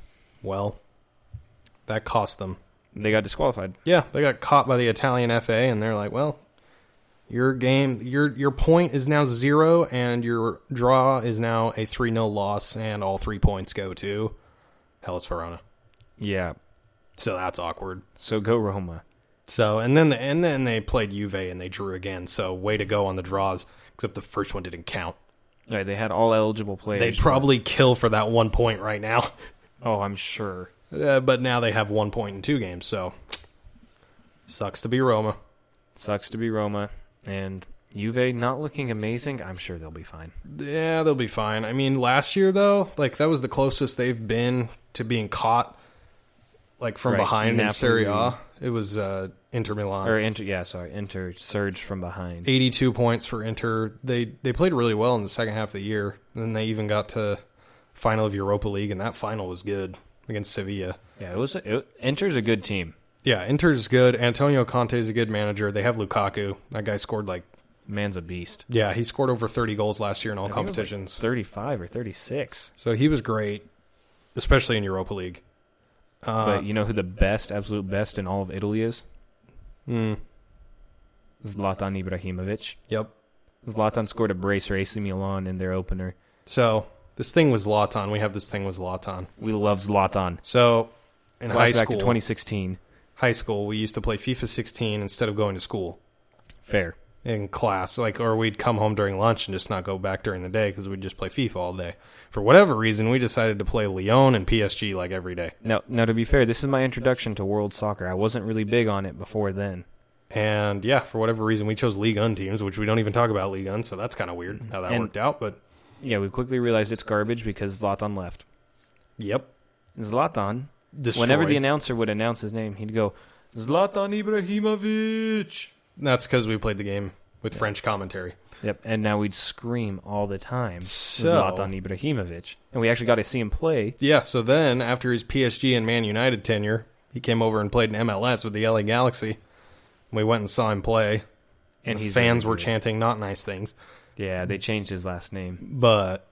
well, that cost them. they got disqualified. Yeah, they got caught by the Italian FA, and they're like, well. Your game, your your point is now zero, and your draw is now a three 0 loss, and all three points go to Hellas Verona. Yeah. So that's awkward. So go Roma. So and then and then they played Juve and they drew again. So way to go on the draws, except the first one didn't count. Right, they had all eligible players. They'd probably kill for that one point right now, [laughs] Oh, I'm sure. uh, but now they have one point in two games. So sucks to be Roma. Sucks to be Roma and Juve not looking amazing. I'm sure they'll be fine. Yeah, they'll be fine. I mean, last year though, like that was the closest they've been to being caught, like from Right, behind in Napoli. Serie A. It was uh, Inter Milan. Or enter, yeah, sorry, enter surge from behind. 82 points for Inter. They they played really well in the second half of the year. And then they even got to final of Europa League, and that final was good against Sevilla. Yeah, it was. It, Inter's a good team. Yeah, Inter's good. Antonio Conte's a good manager. They have Lukaku. That guy scored like Man's a beast. yeah, he scored over 30 goals last year in all I think it was like competitions. Thirty-five or thirty-six. so he was great, especially in Europa League. but you know who the best, absolute best in all of Italy is? Hmm. Zlatan Ibrahimovic. Yep. Zlatan scored a brace for AC Milan in their opener. So this thing was Lawton. We have this thing was Lawton. We love Zlatan. So in high Flashback school, to 2016. high school, we used to play FIFA 16 instead of going to school. Fair. in class, like, or we'd come home during lunch and just not go back during the day because we'd just play FIFA all day. For whatever reason, we decided to play Lyon and PSG like every day. No, no. To be fair, this is my introduction to world soccer. I wasn't really big on it before then. And yeah, for whatever reason, we chose League Un teams, which we don't even talk about League Un, so that's kind of weird how that And- worked out. But Yeah, we quickly realized it's garbage because Zlatan left. yep, Zlatan, destroyed. whenever the announcer would announce his name, he'd go, Zlatan Ibrahimovic. that's because we played the game with French commentary. Yep, and now we'd scream all the time, So- Zlatan Ibrahimovic. And we actually got to see him play. Yeah, so then after his PSG and Man United tenure, he came over and played in MLS with the LA Galaxy. We went and saw him play, And and he's his fans really were good. chanting not nice things, Yeah, they changed his last name. but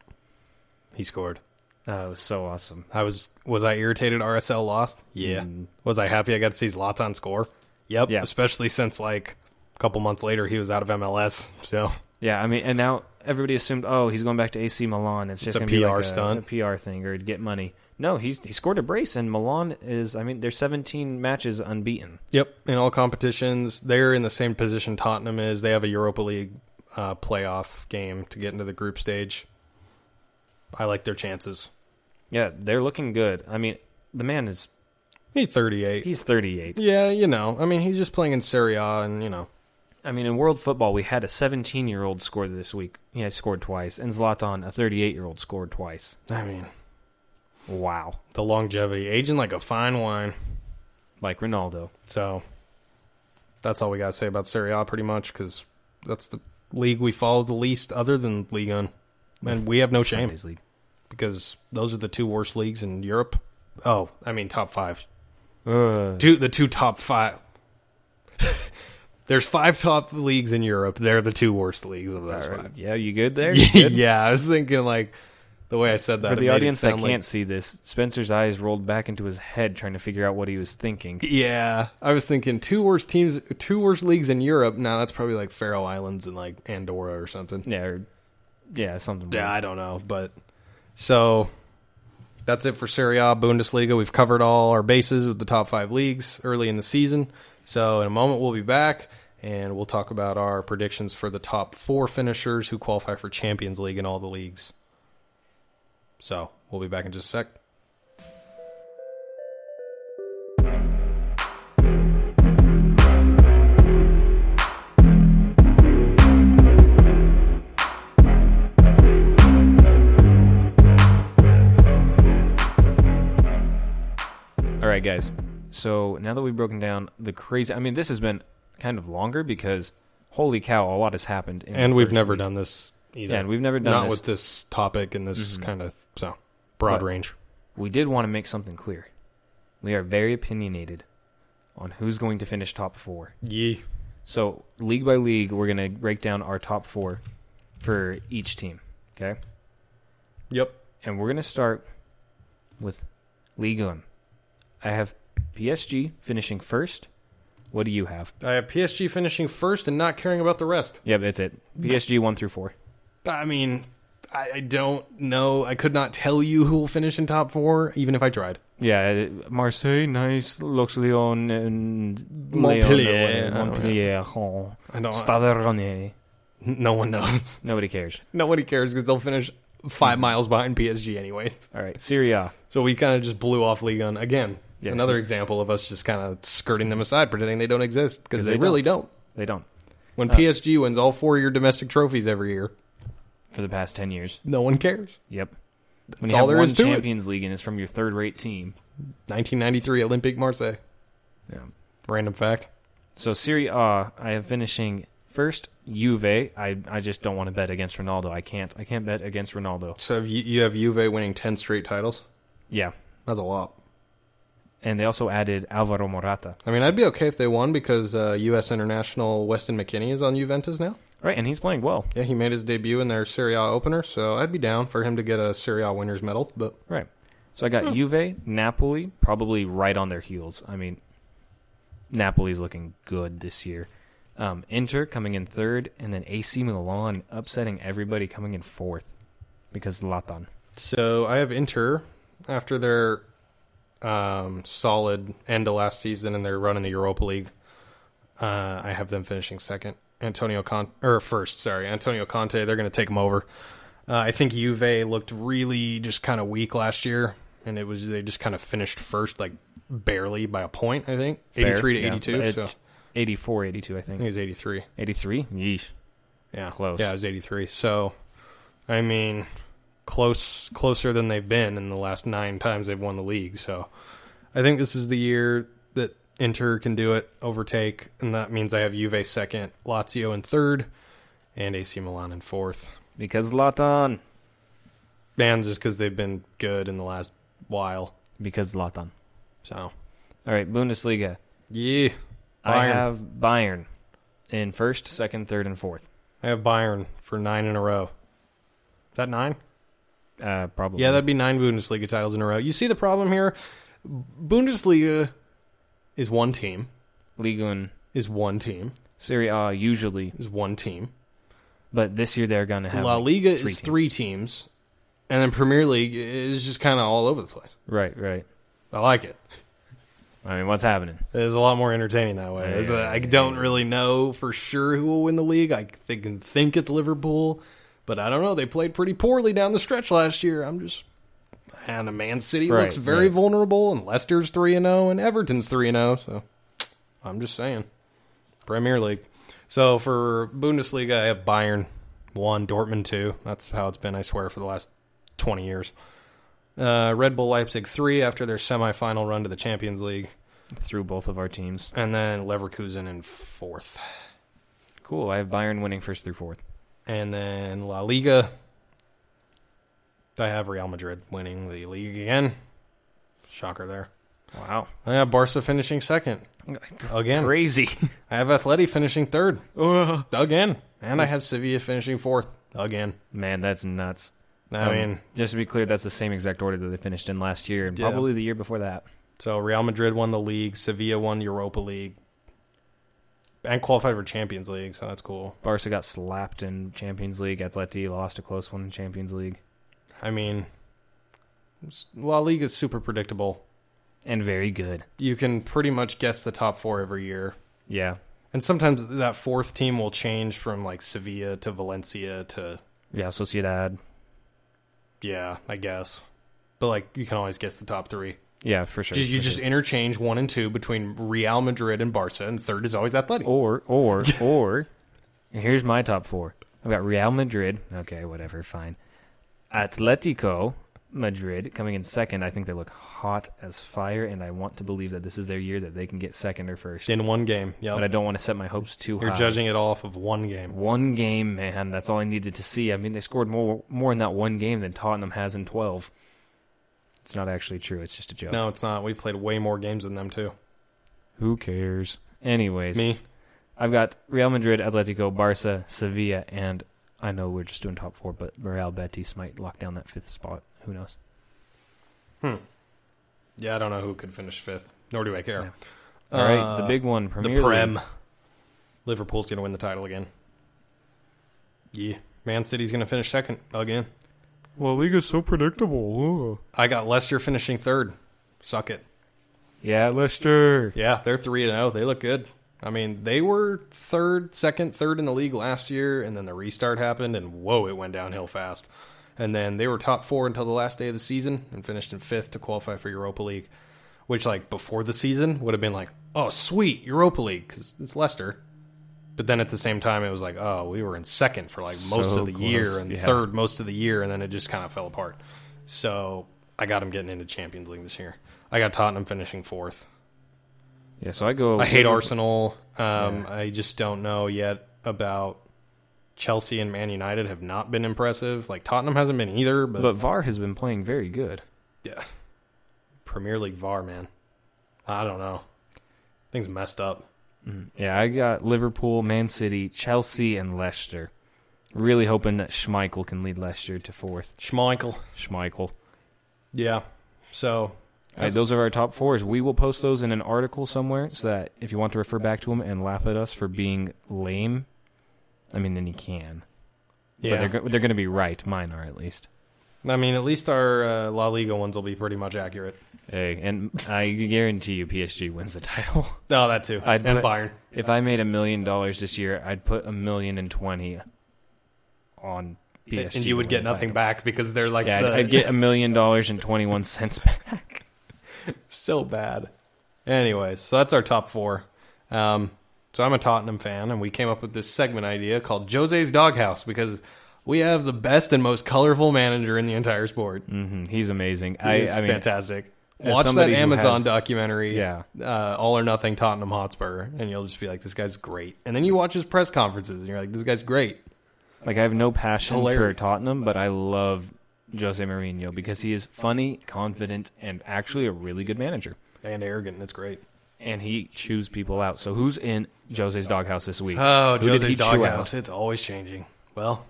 he scored. Oh, it was so awesome. I was was I irritated RSL lost? Yeah. Mm. Was I happy I got to see Zlatan score? Yep. Yeah. Especially since like a couple months later he was out of MLS. So Yeah, I mean, and now everybody assumed, oh, he's going back to AC Milan. It's just a going to be like PR a, stunt. a PR thing or to get money. No, he's he scored a brace, and Milan is. I mean, they're 17 matches unbeaten. Yep. In all competitions, they're in the same position Tottenham is. They have a Europa League uh, playoff game to get into the group stage. I like their chances. Yeah, they're looking good. I mean, the man is He's 38. he's 38. yeah, you know. I mean, he's just playing in Serie A and, you know. I mean, in world football, we had a 17 year old score this week. He had scored twice, and Zlatan, a 38 year old, scored twice. I mean, Wow, the longevity, aging like a fine wine. like Ronaldo. So that's all we got to say about Serie A pretty much cuz that's the league we follow the least other than League 1. And we have no shame. Champions League. because those are the two worst leagues in Europe. Oh, I mean top five. Uh, Two the two top five. [laughs] There's five top leagues in Europe. They're the two worst leagues of those five. yeah, you good there? You good? [laughs] yeah, I was thinking like the way I said that. For it the made it audience that sound like- can't see this, Spencer's eyes rolled back into his head, trying to figure out what he was thinking. yeah, I was thinking two worst teams, two worst leagues in Europe. Now that's probably like Faroe Islands and like Andorra or something. Yeah, or, yeah, something. Yeah, weird. I don't know, but so that's it for Serie A, Bundesliga. We've covered all our bases with the top five leagues early in the season. So in a moment, we'll be back and we'll talk about our predictions for the top four finishers who qualify for Champions League in all the leagues. So we'll be back in just a sec. All right, guys. So now that we've broken down the crazy, I mean, this has been kind of longer because holy cow, a lot has happened. In And the we've first never week. done this either. Yeah, and we've never done Not this. Mm-hmm. with this topic and this kind of so broad But- range. We did want to make something clear. We are very opinionated on who's going to finish top four. Yeah. So league by league, we're going to break down our top four for each team. Okay, Yep. and we're going to start with League One. I have PSG finishing first. What do you have? I have PSG finishing first and not caring about the rest. Yeah, that's it. PSG one through four. I mean, I, I don't know. I could not tell you who will finish in top four, even if I tried. [laughs] Yeah, it- Marseille, Nice, Lux Lyon, uh, and Montpellier. Lyon, uh, Montpellier, oh, I don't. Stade Rennais. No one knows. [laughs] Nobody cares. Nobody cares because they'll finish five miles behind PSG anyway. All right, Syria. So we kind of just blew off Ligue 1 again. Yeah. Another example of us just kind of skirting them aside, pretending they don't exist because 'Cause they, they really don't. They don't When PSG wins all four of your domestic trophies every year, for the past ten years. no one cares. Yep. When That's you all have there one is to it. Champions League and it's from your third-rate team. 1993 Olympic Marseille. Yeah. Random fact. So Serie A, I am finishing first. Juve. I, I just don't want to bet against Ronaldo. I can't. I can't bet against Ronaldo. So you, you have Juve winning 10 straight titles. Yeah. That's a lot. And they also added Alvaro Morata. I mean, I'd be okay if they won because uh, U.S. international Weston McKinney is on Juventus now. Right, and he's playing well. Yeah, he made his debut in their Serie A opener, so I'd be down for him to get a Serie A winners medal. But Right. So I got Juve, Napoli, probably right on their heels. I mean, Napoli's looking good this year. Um, Inter coming in third, and then AC Milan upsetting everybody coming in fourth because Latan. so I have Inter after their um, solid end of last season and their run in the Europa League. Uh, I have them finishing second. Antonio Conte or first, sorry, Antonio Conte. They're going to take him over. Uh, I think Juve looked really just kind of weak last year, and it was they just kind of finished first, like barely by a point. I think Fair. eighty-three to Yeah. eighty-two. It- so 84, 82, I I think it think. was 83. 83? Yeesh. Yeah, Close. Yeah, it was 83. So, I mean, close closer than they've been in the last nine times they've won the league. So, I think this is the year that Inter can do it, overtake, and that means I have Juve second, Lazio in third, and AC Milan in fourth. Because Latan. Man, just because they've been good in the last while. Because Latan. So, All right, Bundesliga. yeah, I Bayern. have Bayern in first, second, third, and fourth. I have Bayern for nine in a row. Is that nine? Uh, probably. Yeah, that'd be nine Bundesliga titles in a row. You see the problem here? Bundesliga is one team, Liga and is one team, Serie A usually, is one team. but this year they're going to have La like, Liga is three teams. three teams, and then Premier League is just kind of all over the place. Right, right. I like it. I mean, what's happening? It's a lot more entertaining that way. It's a- I don't really know for sure who will win the league. I think can think it's Liverpool, but I don't know. They played pretty poorly down the stretch last year. I'm just and a Man City Right, looks very right. vulnerable, and Leicester's three and zero, and Everton's three and zero. So I'm just saying, Premier League. So for Bundesliga, I have Bayern one, Dortmund two. That's how it's been. I swear for the last twenty years. Uh, Red Bull Leipzig three after their semifinal run to the Champions League Through both of our teams. and then Leverkusen in fourth, Cool. I have Bayern winning first through fourth. and then La Liga. I have Real Madrid winning the league again. Shocker there. Wow. I have Barca finishing second again. [laughs] Crazy. I have Atleti finishing third again, and I have Sevilla finishing fourth again. Man, that's nuts. I Um, mean, just to be clear, that's the same exact order that they finished in last year and Yeah. probably the year before that. so Real Madrid won the league, Sevilla won Europa League, and qualified for Champions League. So that's cool. Barca got slapped in Champions League. Atleti lost a close one in Champions League. I mean, s- La Liga is super predictable. And very good. you can pretty much guess the top four every year. Yeah. And sometimes that fourth team will change from like Sevilla to Valencia to Yeah, Sociedad. yeah, I guess. But like you can always guess the top three. Yeah, for sure. You, you for just sure. interchange one and two between Real Madrid and Barca, and third is always Athletic. or [laughs] or or here's my top four. I've got Real Madrid. Okay, whatever, fine. Atletico Madrid coming in second. I think they look hot as fire, and I want to believe that this is their year that they can get second or first. In one game, But I yeah. don't want to set my hopes too You're high. judging it off of one game. one game, man. That's all I needed to see. I mean, they scored more more in that one game than Tottenham has in twelve. It's not actually true. It's just a joke. No, it's not. We've played way more games than them too. Who cares? Anyways, Me, I've got Real Madrid, Atletico, Barca, Sevilla, and I know we're just doing top four, but Real Betis might lock down that fifth spot. Who knows? yeah. I don't know who could finish fifth, nor do I care. All right, the Uh, big one, Premier the League. Prem. Liverpool's going to win the title again. Yeah. Man City's going to finish second again. Well, Liga's so predictable. I got Leicester finishing third. Suck it. Yeah, Leicester. Yeah, they're 3 and 0. They look good. I mean, they were third, second, third in the league last year, and then the restart happened, and whoa, it went downhill fast. And then they were top four until the last day of the season and finished in fifth to qualify for Europa League, which, like, before the season would have been like, oh, sweet, Europa League, because it's Leicester. But then at the same time, it was like, oh, we were in second for like most So of the close, year and yeah. third most of the year, and then it just kind of fell apart. So I got them getting into Champions League this year. I got Tottenham finishing fourth. Yeah, so I go. I hate Arsenal. Um, I just don't know yet about Chelsea and Man United have not been impressive. Like Tottenham hasn't been either, but, but VAR has been playing very good. yeah. Premier League VAR, man. I don't know. Things messed up. Yeah, I got Liverpool, Man City, Chelsea, and Leicester. Really hoping that Schmeichel can lead Leicester to fourth. Schmeichel. Schmeichel. Yeah. So All right, those are our top fours. We will post those in an article somewhere so that if you want to refer back to them and laugh at us for being lame, I mean, then you can. But yeah, they're, go- they're going to be right. Mine are at least. I mean, at least our uh, La Liga ones will be pretty much accurate. Hey, and I guarantee you PSG wins the title. [laughs] Oh, that too. I'd and put- Bayern. If I made a million dollars this year, I'd put a million and twenty on PSG. and you would get winning the nothing title. back because they're like Yeah, I'd, the, I'd [laughs] get a million dollars and twenty-one cents back. [laughs] so bad. Anyways, so that's our top four. Um, So I'm a Tottenham fan, and we came up with this segment idea called Jose's Doghouse because we have the best and most colorful manager in the entire sport. Mm, He's amazing. He I, is I mean, fantastic. as Watch that somebody who Amazon has- documentary, Yeah. uh, All or Nothing Tottenham Hotspur, and you'll just be like, this guy's great. And then you watch his press conferences, and you're like, this guy's great. like I have no passion for hilarious. Tottenham, but I love Jose Mourinho because he is funny, confident, and actually a really good manager. And arrogant, and it's great. And he chews people out. So who's in Jose's doghouse this week? Oh, Who did he Jose's chew out? Doghouse. It's always changing. Well,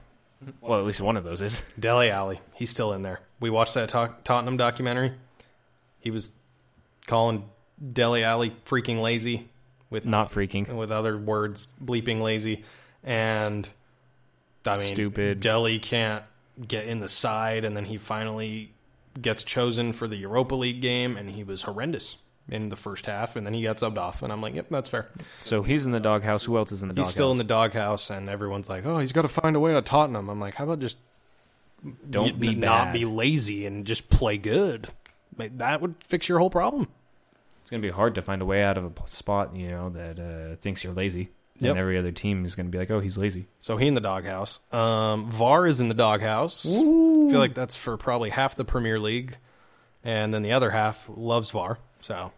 Well, at least one of those is. [laughs] Dele Alley, he's still in there. We watched that Tot- Tottenham documentary. He was calling Dele Alley freaking lazy with Not freaking. with other words, bleeping lazy, and I mean, Stupid. Delhi can't get in the side, and then he finally gets chosen for the Europa League game, and he was horrendous in the first half, and then he got subbed off, and I'm like, yep, that's fair. So he's in the doghouse. Who else is in the He's doghouse? still in the doghouse, and everyone's like, oh, he's got to find a way to Tottenham. I'm like, how about just Don't y- be not bad. be lazy and just play good? Like, that would fix your whole problem. It's going to be hard to find a way out of a p- spot, you know, that uh, thinks you're lazy. Yep. And every other team is going to be like, oh, he's lazy. So he in the doghouse. Um, Var is in the doghouse. I feel like that's for probably half the Premier League, and then the other half loves VAR. So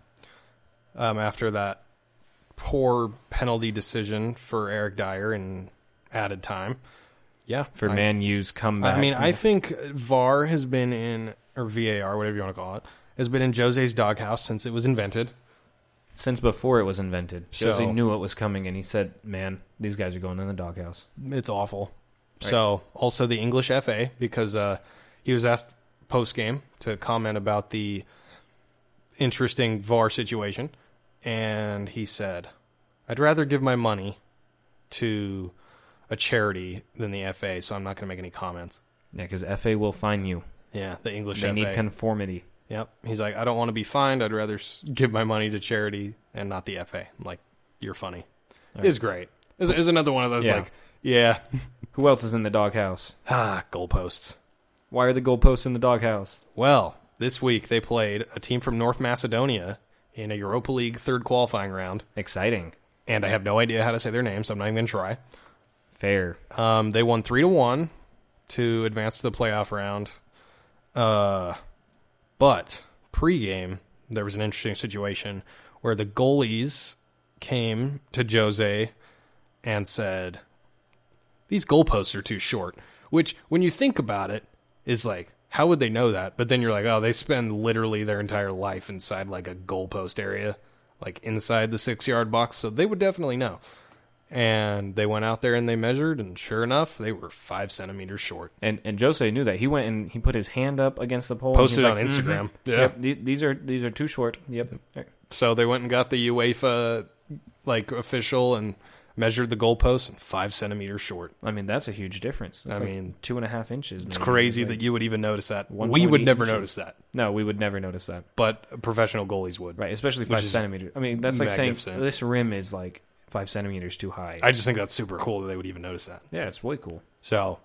um, after that poor penalty decision for Eric Dyer in added time, yeah, For I, Man U's comeback. I mean, I think VAR has been in or VAR, whatever you want to call it, has been in Jose's doghouse since it was invented. Since before it was invented, So- Jose knew it was coming and he said, man, these guys are going in the doghouse. It's awful. So also the English FA because uh, he was asked post game to comment about the interesting VAR situation, and he said, "I'd rather give my money to a charity than the FA, so I'm not going to make any comments." Yeah, because FA will fine you. Yeah, the English They FA. need conformity. yep. He's like, "I don't want to be fined. I'd rather s- give my money to charity and not the FA." I'm like, "You're funny." Is great. Is is another one of those Yeah. like, yeah, Who else is in the doghouse? ah, goalposts. Why are the goalposts in the doghouse? Well, this week they played a team from North Macedonia in a Europa League third qualifying round, Exciting. and I have no idea how to say their name, so I'm not even going to try. Fair. Um, they won three to one to advance to the playoff round. Uh, but pregame there was an interesting situation where the goalies came to Jose and said, "These goalposts are too short." Which, when you think about it, is like, how would they know that? But then you're like, oh, they spend literally their entire life inside like a goalpost area, like inside the six yard box, so they would definitely know and they went out there and they measured, and sure enough, they were five centimeters short. And and Jose knew that. He went and he put his hand up against the pole. and Posted Mm-hmm. he's like, on Instagram. Yeah. Yep, the- these are these are too short. Yep. So they went and got the UEFA like official and measured the goalposts and five centimeters short. I mean, that's a huge difference. That's I like mean, two and a half inches. It's crazy that you would even notice that. We 1.8 would never inches. notice that, No, we would never notice that. but professional goalies would. Right, especially five is centimeters. I mean, that's like saying magnificent. this rim is like five centimeters too high. I just think that's super cool that they would even notice that. yeah, it's really cool. So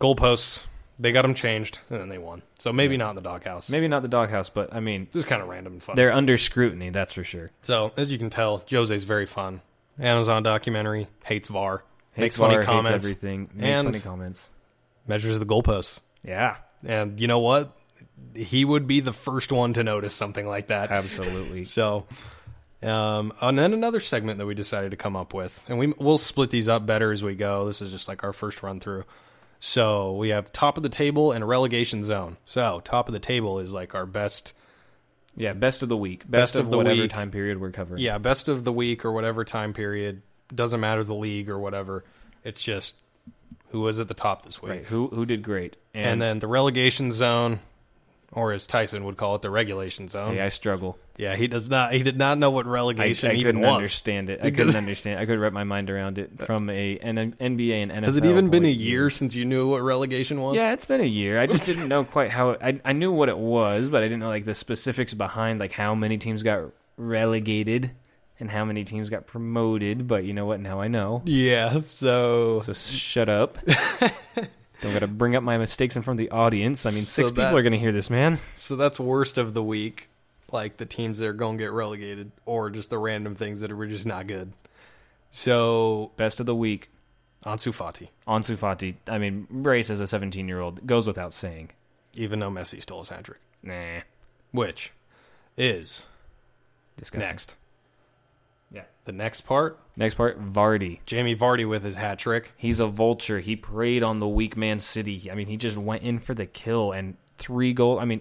goalposts, they got them changed and then they won. So maybe not in the doghouse. Maybe not the doghouse, but I mean, This is kind of random and fun. they're under scrutiny. That's for sure. So, as you can tell, Jose's very fun. Amazon documentary, hates VAR, Hates makes funny VAR, hates comments, everything. Makes and- funny comments. measures the goalposts. Yeah, And you know what? He would be the first one to notice something like that. absolutely. So, um, and then another segment that we decided to come up with, and we we'll split these up better as we go. This is just like our first run through. So we have top of the table and relegation zone. So top of the table is like our best [laughs] yeah, best of the week. Best, of, of the whatever week. time period we're covering. Yeah, best of the week or whatever time period. Doesn't matter the league or whatever. It's just who was at the top this week. Right. Who who did great? And then the relegation zone, or as Tyson would call it, the regulation zone. hey, Yeah, I struggle. he does not. He did not know what I, I relegation even couldn't was. understand it. I couldn't understand. I couldn't wrap my mind around it from a an, an NBA and NFL. Has it even been a point of view. year since you knew what relegation was? Yeah, it's been a year. I [laughs] just didn't know quite how. I I knew what it was, but I didn't know like the specifics behind like how many teams got relegated and how many teams got promoted. But you know what? Now I know. Yeah. So, So shut [laughs] up. Don't gotta bring up my mistakes in front of the audience. I mean, So six people are gonna that's- hear this, man. so that's worst of the week, like the teams that are going to get relegated, or just the random things that were just not good. So Best of the week. Ansu Fati, Ansu Fati. I mean, race as a 17 year old goes without saying. even though Messi stole his hat trick, Nah. which is Disgusting. next. Yeah. The next part, Next part Vardy. Jamie Vardy with his hat trick. He's a vulture. He preyed on the weak man City. I mean, he just went in for the kill and three goals. I mean,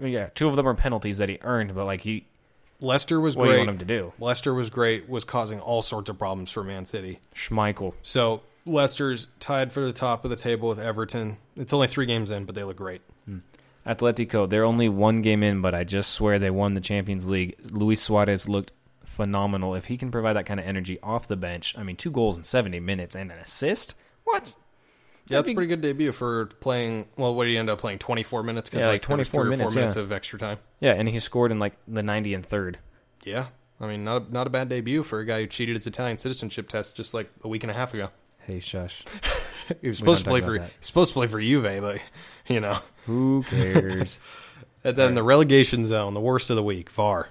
yeah, two of them are penalties that he earned, but like he, Lester was what do you great. want him to do? Lester was great. Was causing all sorts of problems for Man City. Schmeichel. So Lester's tied for the top of the table with Everton. It's only three games in, but they look great. Atletico, they're only one game in, but I just swear they won the Champions League. Luis Suarez looked phenomenal. If he can provide that kind of energy off the bench, I mean, two goals in 70 minutes and an assist? What? Yeah, that's That'd a be- pretty good debut for playing. Well, what did he end up playing? Twenty four minutes because Yeah, like, like there was 24 three or minutes, four minutes yeah. of extra time. Yeah, and he scored in like the 90 and third. Yeah, I mean, not a, not a bad debut for a guy who cheated his Italian citizenship test just like a week and a half ago. Hey, shush. He was supposed to don't play talk for he about was that. supposed to play for Juve, but [laughs] you know. Who cares? And then the relegation zone, the worst of the week, VAR.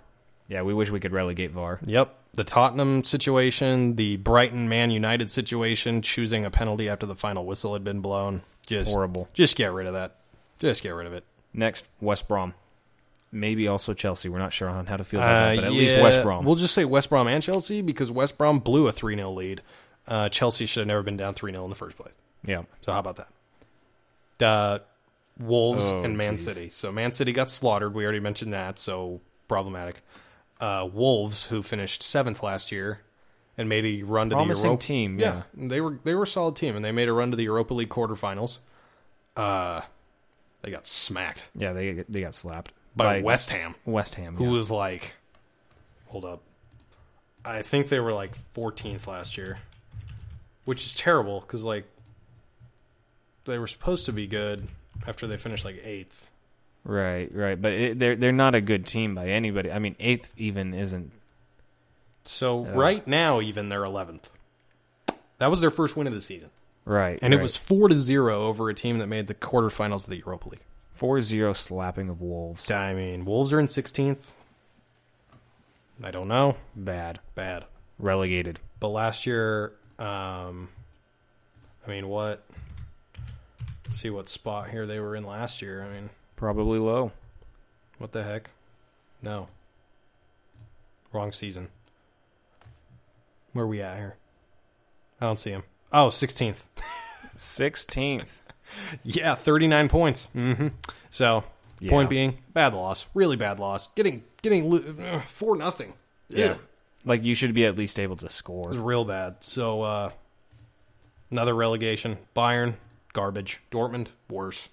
yeah, we wish we could relegate VAR. Yep, the Tottenham situation, the Brighton Man United situation, choosing a penalty after the final whistle had been blown. Just Horrible. Just get rid of that. Just get rid of it. Next, West Brom. Maybe also Chelsea. We're not sure on how to feel about Uh, that, but at least yeah, West Brom. We'll just say West Brom and Chelsea because West Brom blew a 3 0 lead. Uh, Chelsea should have never been down 3 0 in the first place. yeah. So, how about that? Uh, Wolves Oh, and Man geez. City. So, Man City got slaughtered. We already mentioned that. So, problematic. Uh, Wolves, who finished seventh last year and made a run to Promising the Europa team, yeah. They were they were a solid team and they made a run to the Europa League quarterfinals. Uh, they got smacked Yeah, they, they got slapped. by West Ham West Ham. who yeah. was like, hold up. I think they were like 14th last year, which is terrible because like they were supposed to be good after they finished like eighth. Right, right, but it, they're they're not a good team by anybody. I mean, eighth even isn't. So right now, even they're 11th. That was their first win of the season, Right, and it right. was four to zero over a team that made the quarterfinals of the Europa League. 4-0 slapping of Wolves. I mean, Wolves are in 16th. I don't know. Bad, Bad. relegated. But last year, um, I mean, what? See what spot here they were in last year. I mean, Probably low. what the heck? No. Wrong season. Where we at here? I don't see him. Oh, 16th. Sixteenth. [laughs] Yeah, 39 points. hmm So, point Yeah. being, bad loss. Really bad loss. Getting getting lo- 4 nothing. Yeah. Like you should be at least able to score. was real bad. So uh, another relegation. Bayern, garbage. Dortmund, worse.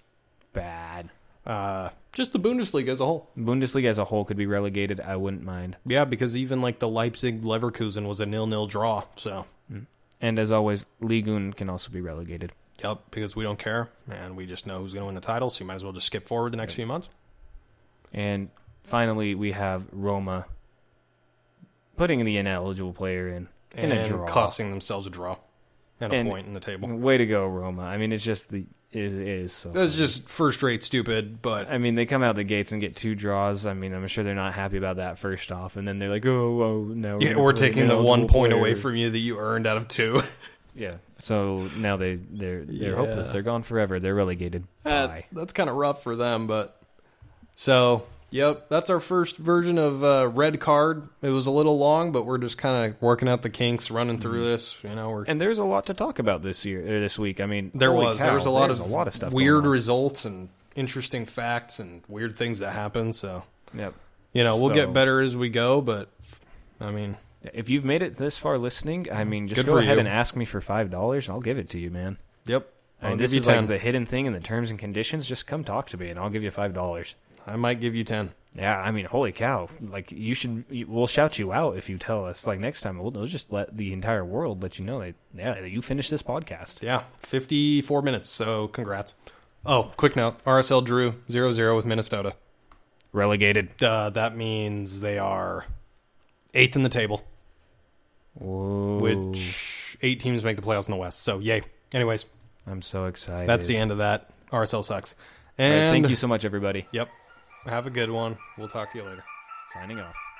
Bad. Uh, just the Bundesliga as a whole. Bundesliga as a whole could be relegated. I wouldn't mind. Yeah, because even like the Leipzig Leverkusen was a nil nil draw. So And as always, Ligun can also be relegated. yep, because we don't care and we just know who's going to win the title. So you might as well just skip forward the next few months. And finally, we have Roma putting the ineligible player in in And a draw. costing themselves a draw and a And- point in the table. Way to go, Roma. I mean, it's just the it is, it is so That's just first rate stupid, but I mean, they come out the gates and get two draws. I mean, I'm sure they're not happy about that first off, and then they're like, "Oh, oh no, yeah, gonna we're put an taking the one ineligible point player." away from you that you earned out of two. [laughs] Yeah, so now they they're they're Yeah. hopeless. They're gone forever. They're relegated. That's Bye. that's kind of rough for them, but so yep, that's our first version of uh, red card. It was a little long, but we're just kind of working out the kinks, running through this. You know, we're And there's a lot to talk about this year, or this week. I mean, there holy was cow, there was a lot there's of a lot of stuff weird going on. results and interesting facts and weird things that happen. So Yep. you know, we'll So- get better as we go, but I mean, If you've made it this far listening, I mean, just Good go for ahead you. and ask me for five dollars, and I'll give it to you, man. yep. I mean, I'll this give you is ten. like the hidden thing in the terms and conditions. Just come talk to me, and I'll give you five dollars. I might give you ten. Yeah, I mean, holy cow! Like you should, you- we'll shout you out if you tell us. Like next time, we'll, we'll just let the entire world let you know that yeah, that you finished this podcast. Yeah, 54 minutes. So congrats. Oh, quick note: RSL drew 0-0 with Minnesota. Relegated. Uh, that means they are eighth in the table, Whoa! which eight teams make the playoffs in the West. So yay! Anyways, I'm so excited. that's the end of that. RSL sucks. All right, And thank you so much, everybody. Yep. Have a good one. We'll talk to you later. Signing off.